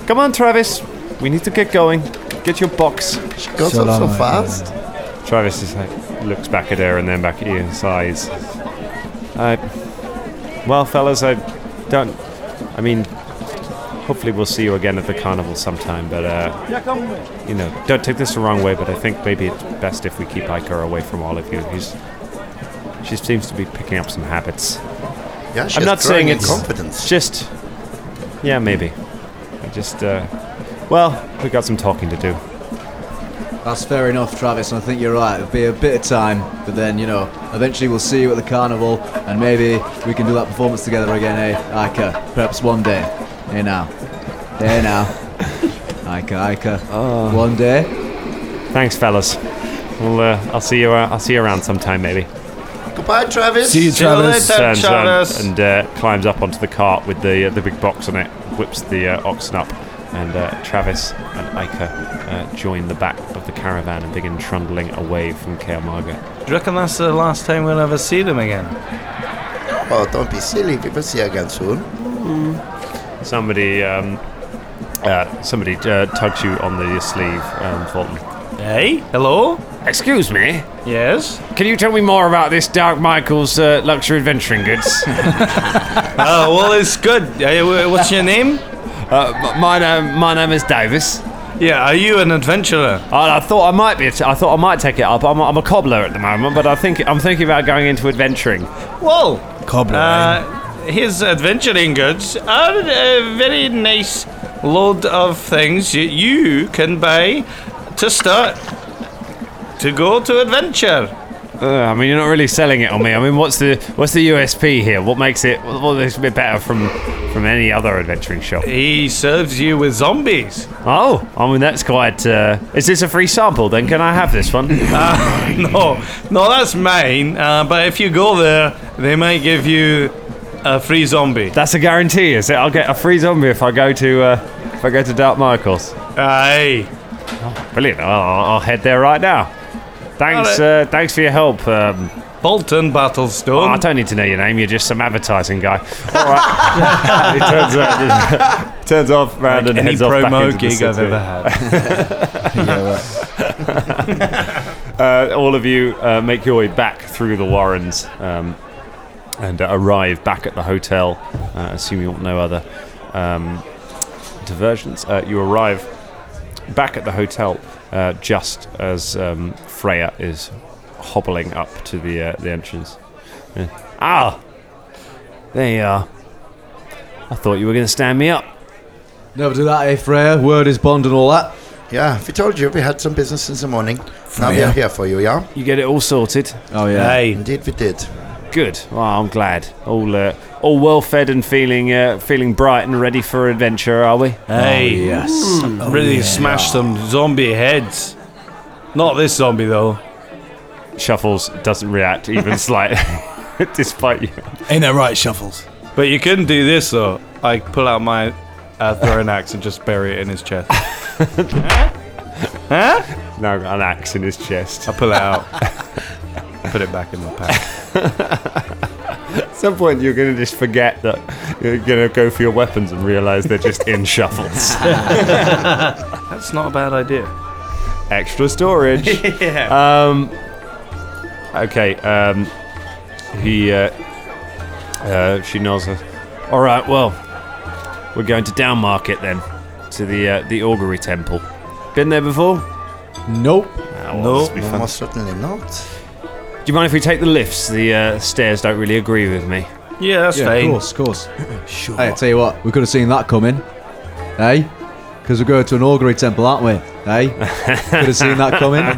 Come on, Travis. We need to get going. Get your box.
She goes
So
off so
long, Ica.
fast.
Travis is like looks back at her and then back at you and sighs. I, well, fellas, I don't. I mean, hopefully we'll see you again at the carnival sometime. But uh, you know, don't take this the wrong way. But I think maybe it's best if we keep Iker away from all of you. He's she seems to be picking up some habits.
Yeah, she
I'm
is
not saying
growing in
it's
confidence.
Just, yeah, maybe. I just, uh, well, we got some talking to do.
That's fair enough, Travis, and I think you're right. It'll be a bit of time, but then, you know, eventually we'll see you at the carnival, and maybe we can do that performance together again, eh, Ica? Perhaps one day. Hey now. Hey now. Ica, Ica. One day.
Thanks, fellas. Well, uh, I'll see you. Uh, I'll see you around sometime, maybe.
Goodbye, Travis.
See you, Travis.
turns around and uh, climbs up onto the cart with the uh, the big box on it, whips the uh, oxen up, and uh, Travis and Ica uh, join the back of the caravan and begin trundling away from Kael'Marga.
do you reckon that's the last time we'll ever see them again?
Oh, don't be silly. We will see you again soon.
Somebody, um, uh, somebody uh, tugs you on the sleeve, um, Fulton.
Hey, hello.
Excuse me.
Yes.
Can you tell me more about this Dark Michael's uh, luxury adventuring goods?
Oh well, it's good. Uh, wh- What's your name?
(laughs) uh, my name, my name is Davis.
Yeah, are you an adventurer?
I, I thought I might be. I thought I might take it up. I'm, a- I'm a cobbler at the moment, but I think I'm thinking about going into adventuring.
Well,
Cobbler. eh?
Uh, his adventuring goods are a very nice load of things that you can buy to start to go to adventure.
Uh, I mean, you're not really selling it on me. I mean, what's the what's the USP here? What makes it what what makes it better from from any other adventuring shop?
He serves you with zombies. (laughs)
Oh, I mean that's quite. Uh, is this a free sample? Then can I have this one?
Uh, no, no, that's mine. Uh, but if you go there, they might give you a free zombie.
that's a guarantee, is it? I'll get a free zombie if I go to uh, if I go to Dark Michael's.
Aye.
Brilliant. I'll, I'll I'll head there right now. Thanks.
All
Uh, thanks for your help. Um,
Bolton Battlestone.
oh, I don't need to know your name. You're just some advertising guy. All right.
(laughs)
he turns (laughs) out, turns off round and
Any
heads off back
promo
into the
gig I've
city.
ever
(laughs)
had.
Uh, all of you uh, make your way back through the Warrens um, and uh, arrive back at the hotel, uh, assuming you want no other um, diversions. Uh, you arrive back at the hotel uh, just as um, Freya is hobbling up to the uh, the entrance. Yeah. Ah, there you are. I thought you were going to stand me up.
(laughs) Never do that, eh, Freya? Word is bond and all that.
Yeah, if we told you we had some business in the morning, and I'll be
yeah.
out here for you, yeah?
You get it all sorted.
Oh
Uh,
yeah.
Aye.
Indeed, we did.
Good. Well, I'm glad. All uh, all well fed and feeling uh, feeling bright and ready for adventure, are we?
Aye.
Yes.
Really
Oh,
smash some zombie heads. Not this zombie though.
Shuffles doesn't react even (laughs) slightly, despite you.
Uh,
Ain't that right, Shuffles?
But you couldn't do this though. I pull out my uh, throwing axe and just bury it in his chest.
No, an axe in his chest.
I pull it out, (laughs) put it back in my pack.
At some point, you're going to just forget that you're going to go for your weapons and realise they're just in shuffles.
(laughs) That's not a bad idea.
Extra
(laughs)
storage. Um. Okay. Um. He. Uh, uh, she nods. uh, All right. Well, we're going to down market then, to the uh, the augury temple. Been there before?
Nope.
Ah, well, this will be fun.
Almost certainly not.
Do you mind if we take the lifts? The uh, stairs don't really agree with me.
Yeah, that's
Yeah, of
fine.
course, of
(laughs)
course.
Sure.
Hey, I tell you what, we could have seen that coming. Hey? Because we're going to an augury temple, aren't we?
(laughs)
Hey? could have seen that coming.
Don't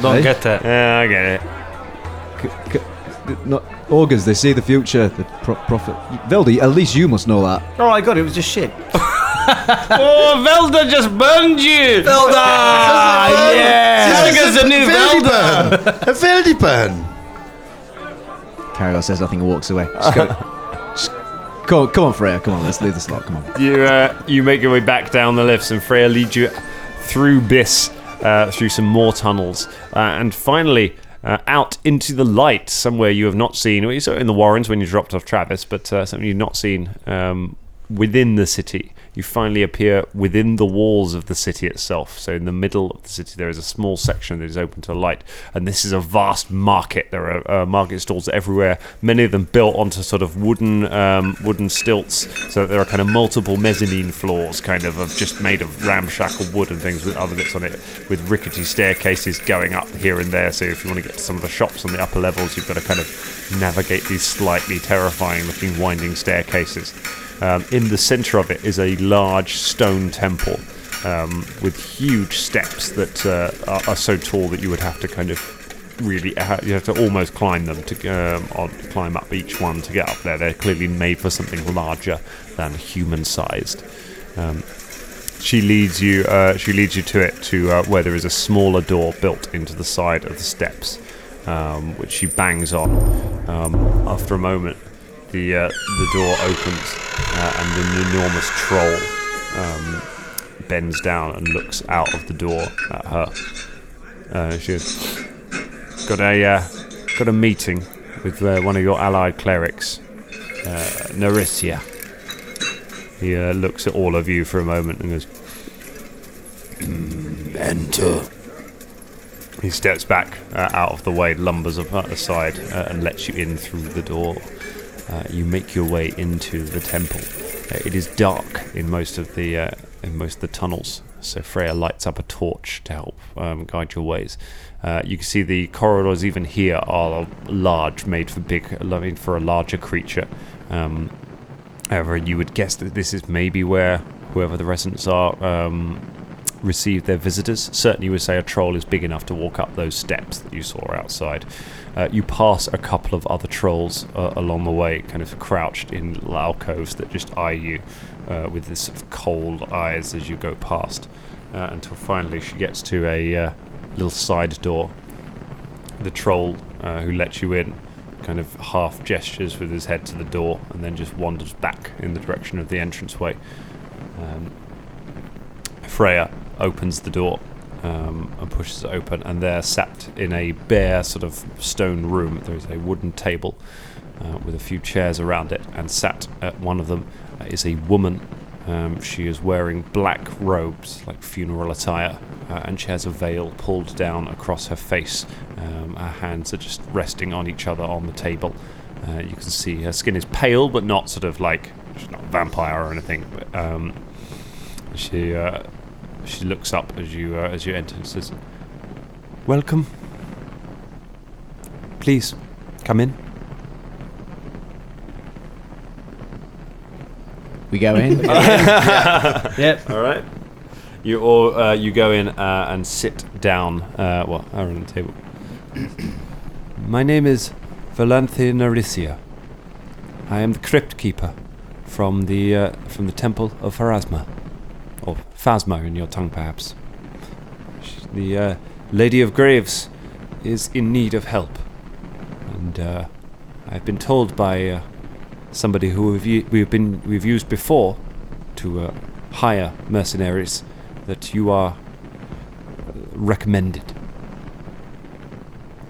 don't
Hey?
get it.
Yeah, I get it.
C- c- not, augurs, they see the future, the pro- prophet. Vildi, at least you must know that.
Oh my god, it was just shit.
Oh, Velda just burned you. Velda. yeah.
This
Because
is
the new
Veldi
Velda.
burn. A Veldi burn.
Caragol says nothing and walks away. Just go,
(laughs)
just- come on, come on, Freya. Come on, let's leave this lot. Come on.
You uh, you make your way back down the lifts, and Freya leads you through Biss, uh, through some more tunnels, uh, and finally uh, out into the light, somewhere you have not seen. Well, you saw it in the Warrens when you dropped off Travis, but uh, something you've not seen um, within the city. You finally appear within the walls of the city itself. So, in the middle of the city, there is a small section that is open to light, and this is a vast market. There are uh, market stalls everywhere, many of them built onto sort of wooden um, wooden stilts, so that there are kind of multiple mezzanine floors, kind of of just made of ramshackle wood and things with other bits on it, with rickety staircases going up here and there. So, if you want to get to some of the shops on the upper levels, you've got to kind of navigate these slightly terrifying-looking winding staircases. Um, in the center of it is a large stone temple um, with huge steps that uh, are, are so tall that you would have to kind of really ha- you have to almost climb them to um, or climb up each one to get up there. They're clearly made for something larger than human-sized. Um, she leads you. Uh, she leads you to it to uh, where there is a smaller door built into the side of the steps, um, which she bangs on. Um, after a moment, the uh, the door opens uh, and an enormous troll um, bends down and looks out of the door at her. Uh, she goes, got a uh, got a meeting with uh, one of your allied clerics, uh, Narisia. He uh, looks at all of you for a moment and goes,
Enter.
He steps back uh, out of the way, lumbers up at the side, uh, and lets you in through the door. Uh, you make your way into the temple. Uh, it is dark in most of the uh, in most of the tunnels, so Freya lights up a torch to help um, guide your ways. Uh, you can see the corridors even here are large, made for big, made for a larger creature. Um, uh, However, you would guess that this is maybe where whoever the residents are um, receive their visitors. Certainly, you would say a troll is big enough to walk up those steps that you saw outside. Uh, you pass a couple of other trolls uh, along the way, kind of crouched in little alcoves that just eye you uh, with this sort of cold eyes as you go past. Uh, until finally, she gets to a uh, little side door the troll uh, who let you in kind of half gestures with his head to the door and then just wanders back in the direction of the entranceway. Um, Freya opens the door um, and pushes it open, and there, sat in a bare sort of stone room, there is a wooden table uh, with a few chairs around it, and sat at one of them uh, is a woman. Um, she is wearing black robes, like funeral attire, uh, and she has a veil pulled down across her face. Um, her hands are just resting on each other on the table. Uh, you can see her skin is pale, but not sort of like she's not a vampire or anything. But, um, she uh, she looks up as you uh, as you enter and says, "Welcome. Please come in."
We go in. (laughs)
Yep.
All right. You all uh, you go in uh, and sit down. Uh, well, around the table. (clears throat) My name is Valanthe Naricia. I am the crypt keeper from the uh, from the temple of Pharasma, or Phasma in your tongue, perhaps. She- The uh, Lady of Graves is in need of help, and uh, I've been told by uh, somebody who we've, u- we've been we've used before to uh, hire mercenaries that you are uh, recommended.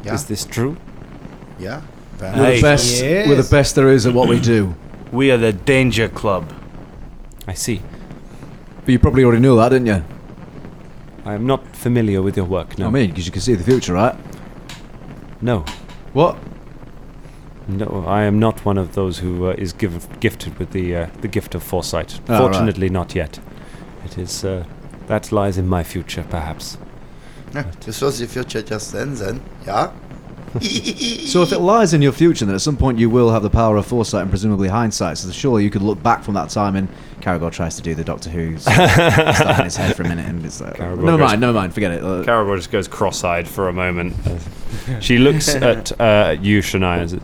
Yeah.
Is this true?
Yeah.
We're, the best, we're the best there is at what we do.
We are the Danger Club.
I see.
But you probably already knew that, didn't you?
I am not familiar with your work. No,
I mean, because you can see the future, right?
no,
What?
no. I am not one of those who uh, is giv gifted with the uh, the gift of foresight.
Oh, right.
Fortunately, not yet. It is uh, that lies in my future, perhaps.
Yeah. This was the future just then, then. Yeah.
So if it lies in your future, then at some point you will have the power of foresight and presumably hindsight. So surely you could look back from that time and.
Caragor tries to do the Doctor Who stuff in his head for a minute, and it's like,
Caragor
never
goes-
mind, never mind, forget it. Uh,
Caragor just goes cross-eyed for a moment. she looks at uh, you, Shania, and says,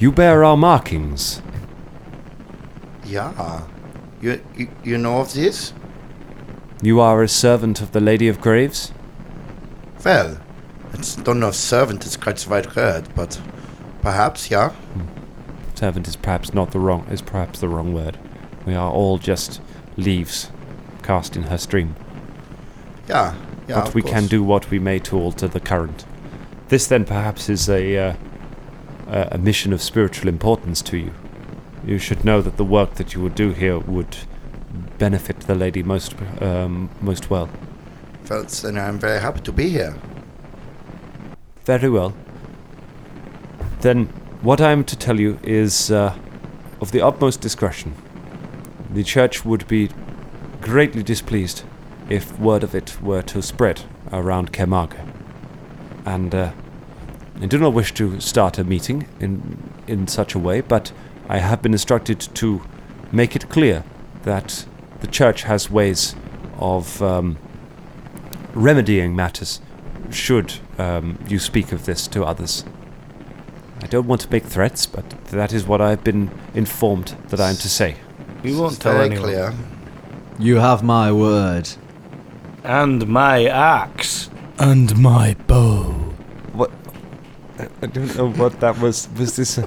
"You bear our markings."
Yeah. You, you you know of this?
You are a servant of the Lady of Graves?
Well, it's don't know if servant is quite the right word, but perhaps yeah.
Servant is perhaps not the wrong is perhaps the wrong word. We are all just leaves cast in her stream.
Yeah. Yeah.
but
of
we can
course.
do what we may to alter the current. This then perhaps is a uh, a a mission of spiritual importance to you. You should know that the work that you would do here would benefit the lady most um, most well.
Well, then I'm very happy to be here.
Very well. Then, what I am to tell you is uh, of the utmost discretion. The church would be greatly displeased if word of it were to spread around Kermaga. And uh, I do not wish to start a meeting in, in such a way, but I have been instructed to make it clear that the church has ways of. Um, remedying matters should um, you speak of this to others. I don't want to make threats, but that is what I've been informed that I am to say.
We won't tell
Very
anyone.
clear.
You have my word.
And my axe.
And my bow.
What? I don't know what that was. Was this? A,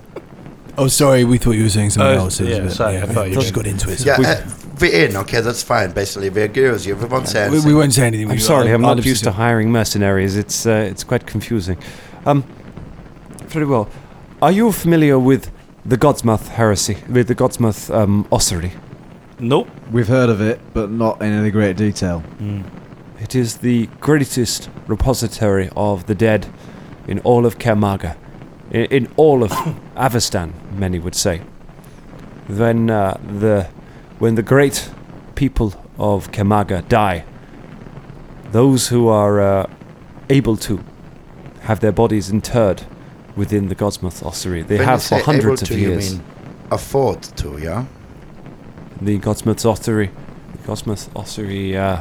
Oh, sorry, we thought you were saying something
Oh,
else. It was
yeah,
a bit-
sorry, I
we
thought you
just
did.
got into it.
Yeah, uh, we're in. Okay, that's fine. Basically, we agree with you. Everyone says
We, we won't say anything.
I'm
We-
sorry,
I'll-
I'm
I'll
not used to
listen
hiring mercenaries. It's uh, it's quite confusing. Um, very well. Are you familiar with the Godsmouth heresy? With the Godsmouth um, ossuary?
Nope.
We've heard of it, but not in any great detail.
It is the greatest repository of the dead in all of Kermaga, in, in all of (coughs) Avestan, many would say. When uh, the when the great people of Kermaga die, those who are uh, able to have their bodies interred within the Godsmouth ossuary. They
When you
have for
say able
hundreds of
to, you
years.
mean afford to, yeah?
the Godsmouth ossuary, the Godsmouth ossuary uh,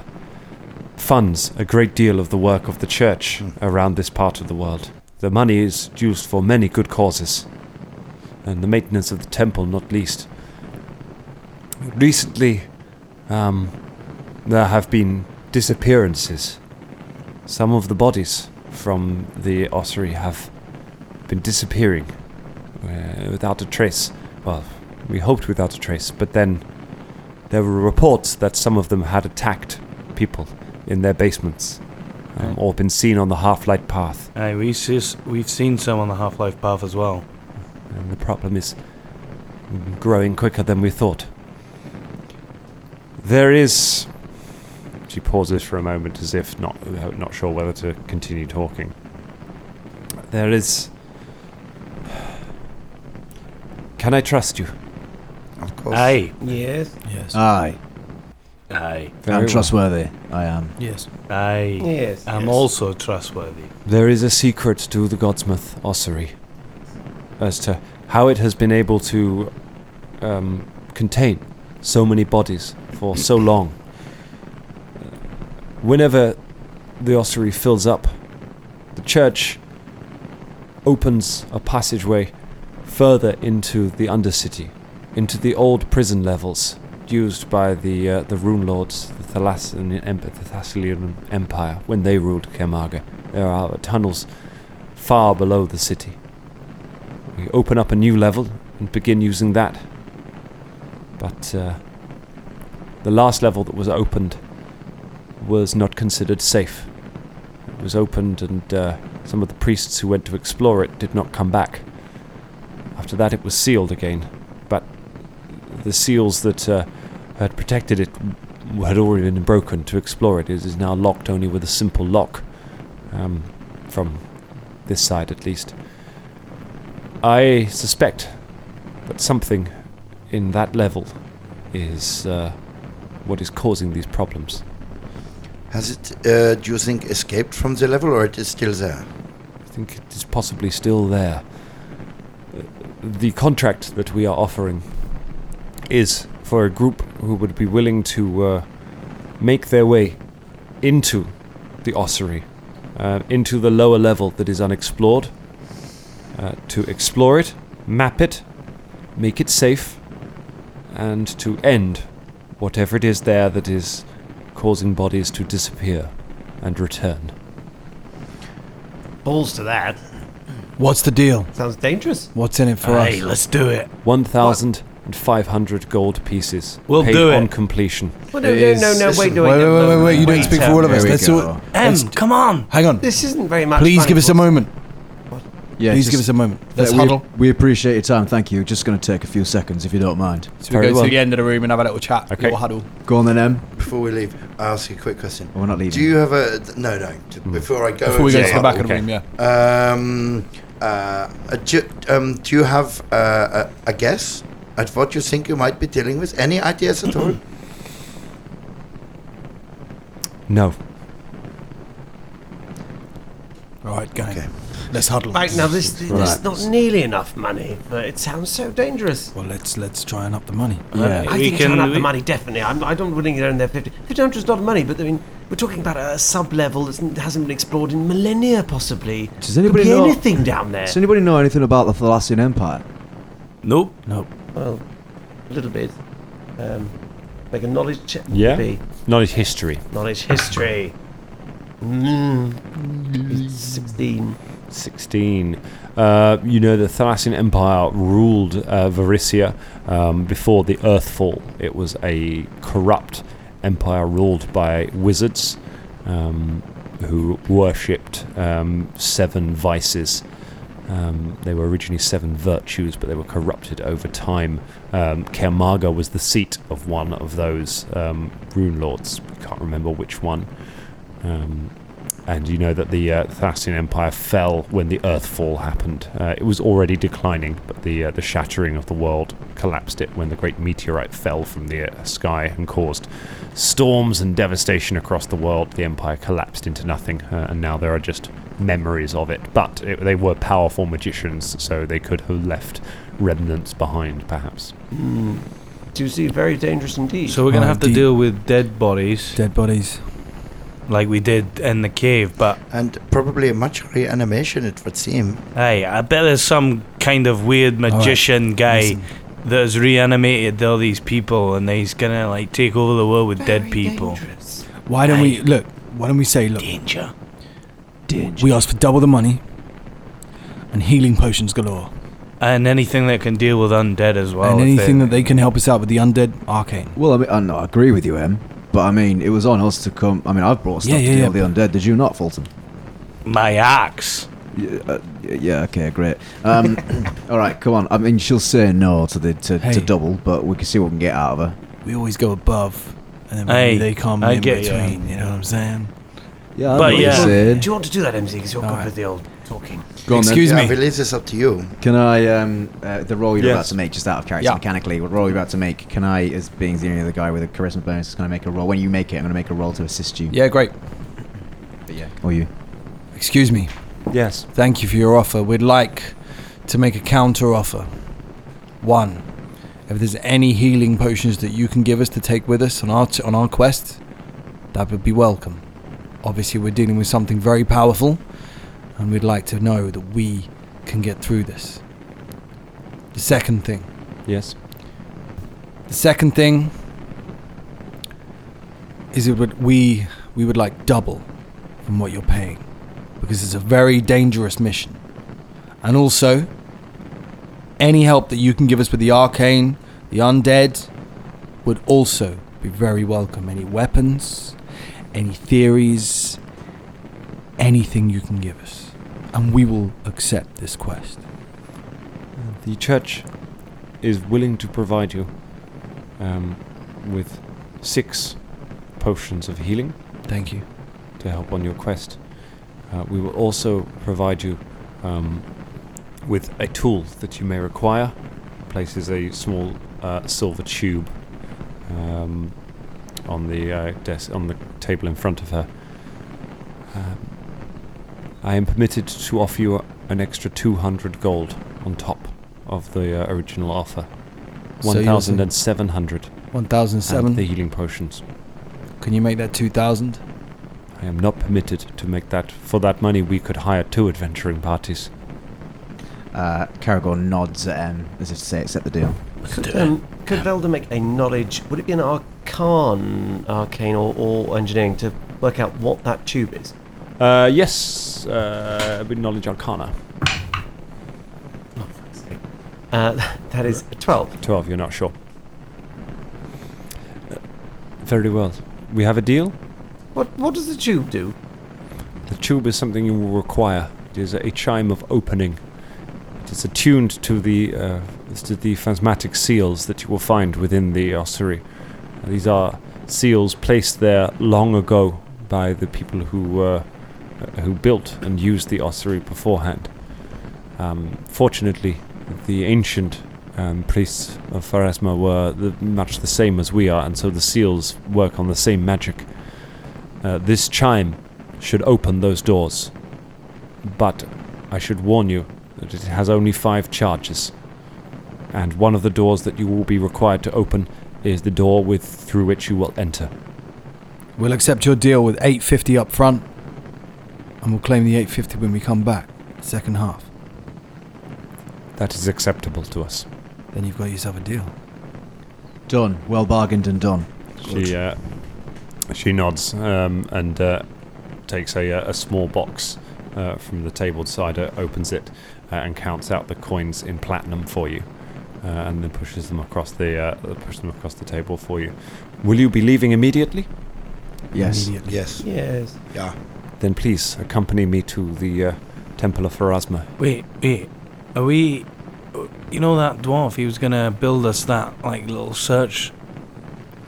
funds a great deal of the work of the church around this part of the world. The money is used for many good causes, and the maintenance of the temple, not least. Recently, um, there have been disappearances. Some of the bodies from the ossuary have been disappearing uh, without a trace. Well, we hoped without a trace, but then there were reports that some of them had attacked people in their basements um, or been seen on the half light path.
Aye, we sees, we've seen some on the Half Life path as well.
And the problem is growing quicker than we thought. There is. She pauses for a moment as if not, uh, not sure whether to continue talking. There is. (sighs) Can I trust you?
Of course.
Aye.
Yes.
Yes.
Aye.
Aye.
Very
I'm
well.
trustworthy. I am.
yes.
Aye.
Uh,
Yes,
I'm
yes.
also trustworthy.
There is a secret to the Godsmith ossuary as to how it has been able to um, contain so many bodies for so long. Whenever the ossuary fills up, the church opens a passageway further into the Undercity, into the old prison levels used by the uh, the Rune Lords, the Thalassian, Emp- the Thessalian Empire, when they ruled Kermaga. There are tunnels far below the city. We open up a new level and begin using that. But uh, the last level that was opened was not considered safe. It was opened, and uh, some of the priests who went to explore it did not come back. After that, it was sealed again, but the seals that uh, had protected it w- had already been broken to explore it. It is now locked only with a simple lock, um, from this side at least. I suspect that something in that level is uh, what is causing these problems.
Has it, uh, do you think, escaped from the level or it is still there?
I think it is possibly still there. Uh, The contract that we are offering is for a group who would be willing to uh, make their way into the ossuary, uh, into the lower level that is unexplored, uh, to explore it, map it, make it safe, and to end whatever it is there that is causing bodies to disappear and return.
Balls to that.
What's the deal?
Sounds dangerous.
What's in it for us?
let's do it.
1,500 gold pieces.
We'll
paid
do
on
it.
completion.
Well, no, no, no, no, wait,
Wait,
no,
wait,
no,
wait,
no,
wait,
no,
wait. You
no,
don't speak for all of
There
us.
we
Let's
go.
all.
um, Em,
let's-
come on.
Hang on.
This isn't very much.
Please
fun,
give us a
people.
moment.
Yeah,
Please
just-
give us a moment.
Yeah,
Let's
we,
huddle.
We appreciate your time. Thank you. Just going to take a few seconds if you don't mind.
So we
Very
go
well.
to the end of the room and have a little chat,
Okay.
little huddle.
Go on then, Em.
Before we leave, I ask you a quick question.
We're not leaving.
Do you have a no no? t- Before I go,
Before we go
over
to the back of the
okay.
room, yeah.
Um, uh, uh, do, um, do you have uh, a, a guess at what you think you might be dealing with? Any ideas at all?
No.
All right, gang. Let's huddle.
Right now, this there's not nearly enough money, but it sounds so dangerous.
Well, let's let's try and up the money.
Yeah.
I
We
think
can-
turn up the
we-
money definitely. I'm, I don't willing to own their fifty. Fifty hundred is a lot of money, but I mean, we're talking about a sub level that hasn't been explored in millennia, possibly.
Does anybody
Could be
know-
anything down there?
Does anybody know anything about the Thalassian Empire?
Nope.
Well, a little bit. Um, make a knowledge check.
Yeah.
maybe.
Knowledge history.
Knowledge history. Mm. Sixteen.
16. Uh, you know, the Thalassian Empire ruled uh, Varissia um, before the Earthfall. It was a corrupt empire ruled by wizards um, who worshipped um, seven vices. Um, they were originally seven virtues, but they were corrupted over time. Um, Kermaga was the seat of one of those um, rune lords. Can't remember which one. Um, and you know that the uh, Thasian Empire fell when the Earthfall happened. Uh, it was already declining, but the uh, the shattering of the world collapsed it when the great meteorite fell from the uh, sky and caused storms and devastation across the world. The empire collapsed into nothing, uh, and now there are just memories of it. But it, they were powerful magicians, so they could have left remnants behind, perhaps.
Do you see very dangerous indeed.
So we're going to
Oh,
have to
deep.
deal with dead bodies.
Dead bodies.
like we did in the cave, but
and probably a much higher animation, it would seem.
Hey, I bet there's some kind of weird magician guy that has reanimated all these people and he's gonna like take over the world with dead people.
Why don't we look? Why don't we say look?
Danger.
We ask for double the money and healing potions galore,
And anything that can deal with undead as well.
and
if
anything that they can help us out with the undead arcane.
Well, I mean, I, know, I agree with you, Em, but I mean, it was on us to come. I mean, I've brought stuff
Yeah, yeah,
to
yeah,
deal with the undead. Did you not, Fulton?
My axe.
Yeah, uh, yeah okay, great.
(coughs)
Um, all right, come on. I mean, she'll say no to the to,
Hey.
to double, but we can see what we can get out of her.
We always go above, and then
Hey,
maybe they come
I
in
get you.
between. You know what I'm saying?
Yeah,
Do you want to do that, MZ? Because you're good with the old talking.
Go on then.
Excuse me. I believe it's up to you.
Can I, um, uh, the roll you're
Yes.
about to make, just out of character
Yeah.
mechanically, what roll you're about to make, can I, as being the only other guy with a charisma bonus, can I make a roll? When you make it, I'm going to make a roll to assist you.
Yeah, great.
yeah. Or you.
Excuse me.
Yes.
Thank you for your offer. We'd like to make a counter offer. One, if there's any healing potions that you can give us to take with us on our t- on our quest, that would be welcome. Obviously, we're dealing with something very powerful, and we'd like to know that we can get through this. The second thing.
Yes.
The second thing is it would we we would like double from what you're paying because it's a very dangerous mission. And also any help that you can give us with the arcane, the undead would also be very welcome. Any weapons, any theories, anything you can give us. And we will accept this quest.
The church is willing to provide you um, with six potions of healing.
Thank you.
To help on your quest. Uh, we will also provide you um, with a tool that you may require. Places a small uh, silver tube um, on the uh, desk on the table in front of her. Um, I am permitted to offer you an extra 200 gold on top of the uh, original offer.
So you're saying-
1,700.
1,007.
and The healing potions.
Can you make that 2000?
I am not permitted to make that. For that money, we could hire two adventuring parties.
Uh, Caragor nods at Em as if to say, accept the deal.
Could, um, could Velda make a knowledge? Would it be an arcane, arcane or, or engineering to work out what that tube is?
Uh, yes, uh, with knowledge arcana.
Uh, (laughs) that is a 12.
12, you're not sure. Uh, very well. We have a deal.
What, what does the tube do?
The tube is something you will require. It is a chime of opening. It is attuned to the uh, to the phantasmatic seals that you will find within the ossuary. And these are seals placed there long ago by the people who uh, uh, who built and used the ossuary beforehand. Um, fortunately, the ancient um, priests of Pharasma were the, much the same as we are, and so the seals work on the same magic. Uh, this chime should open those doors. But I should warn you that it has only five charges. And one of the doors that you will be required to open is the door with through which you will enter.
We'll accept your deal with 850 up front, and we'll claim the 850 when we come back, second half.
That is acceptable to us.
Then you've got yourself a deal.
Done. Well bargained and done.
She uh, she nods um, and uh, takes a, uh, a small box uh, from the table beside her, opens it, uh, and counts out the coins in platinum for you, uh, and then pushes them across the uh, pushes them across the table for you. Will you be leaving immediately?
Yes.
Yes.
Yes.
Yeah.
Then please accompany me to the uh, Temple of Pharasma.
Wait, wait. Are we. You know that dwarf? He was gonna build us that, like, little search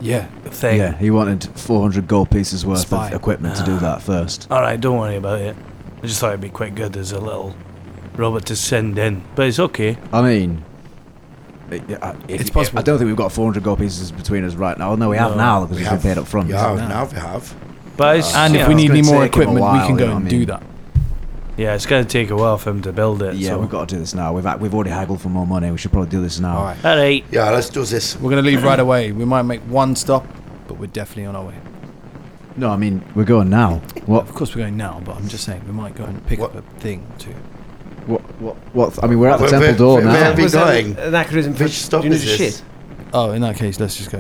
Yeah.
thing.
Yeah, he wanted 400 gold pieces worth
Spy.
of equipment to do
Ah.
that first.
Alright, don't worry about it. I just thought it'd be quite good as a little robot to send in. But it's okay.
I mean, i- i- if-
It's possible.
I don't think we've got 400 gold pieces between us right now. No, we have
No.
now because
We
we have been
have-
paid up front.
yeah,
No.
now
we have.
But it's,
Uh, And
you
if
know,
we need
it's
any
gonna
more
take him a
equipment, we
while,
can go
you know
and
what I
do
mean? Yeah, it's gonna take a while for him to build it.
Yeah,
so.
we've got to do this now. We've, act- we've already haggled for more money. We should probably do this now.
Alright.
Alright.
Yeah, let's do this.
We're going to leave right away. We might make one stop, but we're definitely on our way.
No, I mean we're going now. What?
Of course, we're going now, but I'm just saying we might go and pick up a thing or two.
What? What? What? I mean we're at the temple door now.
Was that Anachronism for
stop
do you know
is
the
this?
shit?
Oh, in that case, let's just go.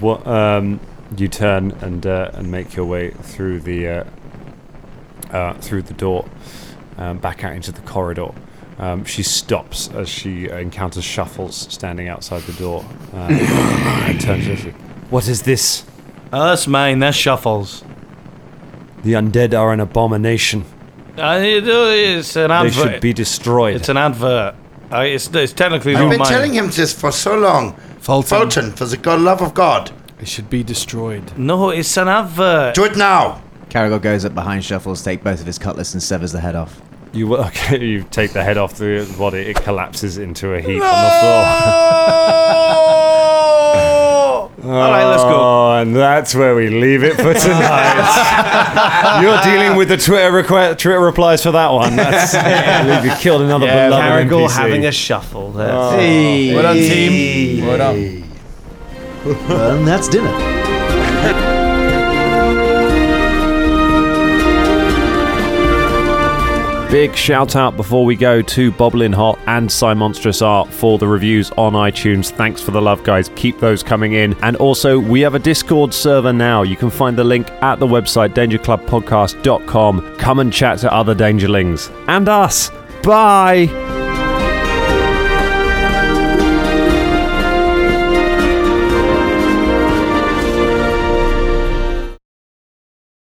What? Um, you turn and uh, and make your way through the uh, uh, through the door, um, back out into the corridor. Um, she stops as she encounters Shuffles standing outside the door um, and turns to you. What is this?
Oh, that's mine. That's Shuffles.
The undead are an abomination.
Uh, it, uh, it's an advert.
They should be destroyed.
It's an advert. Uh, it's, it's technically
I've
not
been
mine.
telling him this for so long.
Fulton.
Fulton, for the God love of God.
It should be destroyed.
No, it's an advert.
Do it now.
Caragor goes up behind Shuffles, take both of his cutlass, and severs the head off.
You (laughs) okay? You take the head off the body. It collapses into a heap on the floor. (laughs) All right, let's go. And that's where we leave it for (laughs) tonight. You're dealing with the Twitter, requ- Twitter replies for that one. That's, I believe you killed another
(laughs) Yeah,
beloved
Caragor
NPC.
having a shuffle. uh, There.
Oh.
Well done,
team.
Well done. well, and that's dinner.
Big shout out before we go to Boblin Hot and Cy Monstrous Art for the reviews on iTunes. Thanks for the love, guys. Keep those coming in. And also, we have a Discord server now. You can find the link at the website dangerclubpodcast.com. Come and chat to other Dangerlings and us. Bye.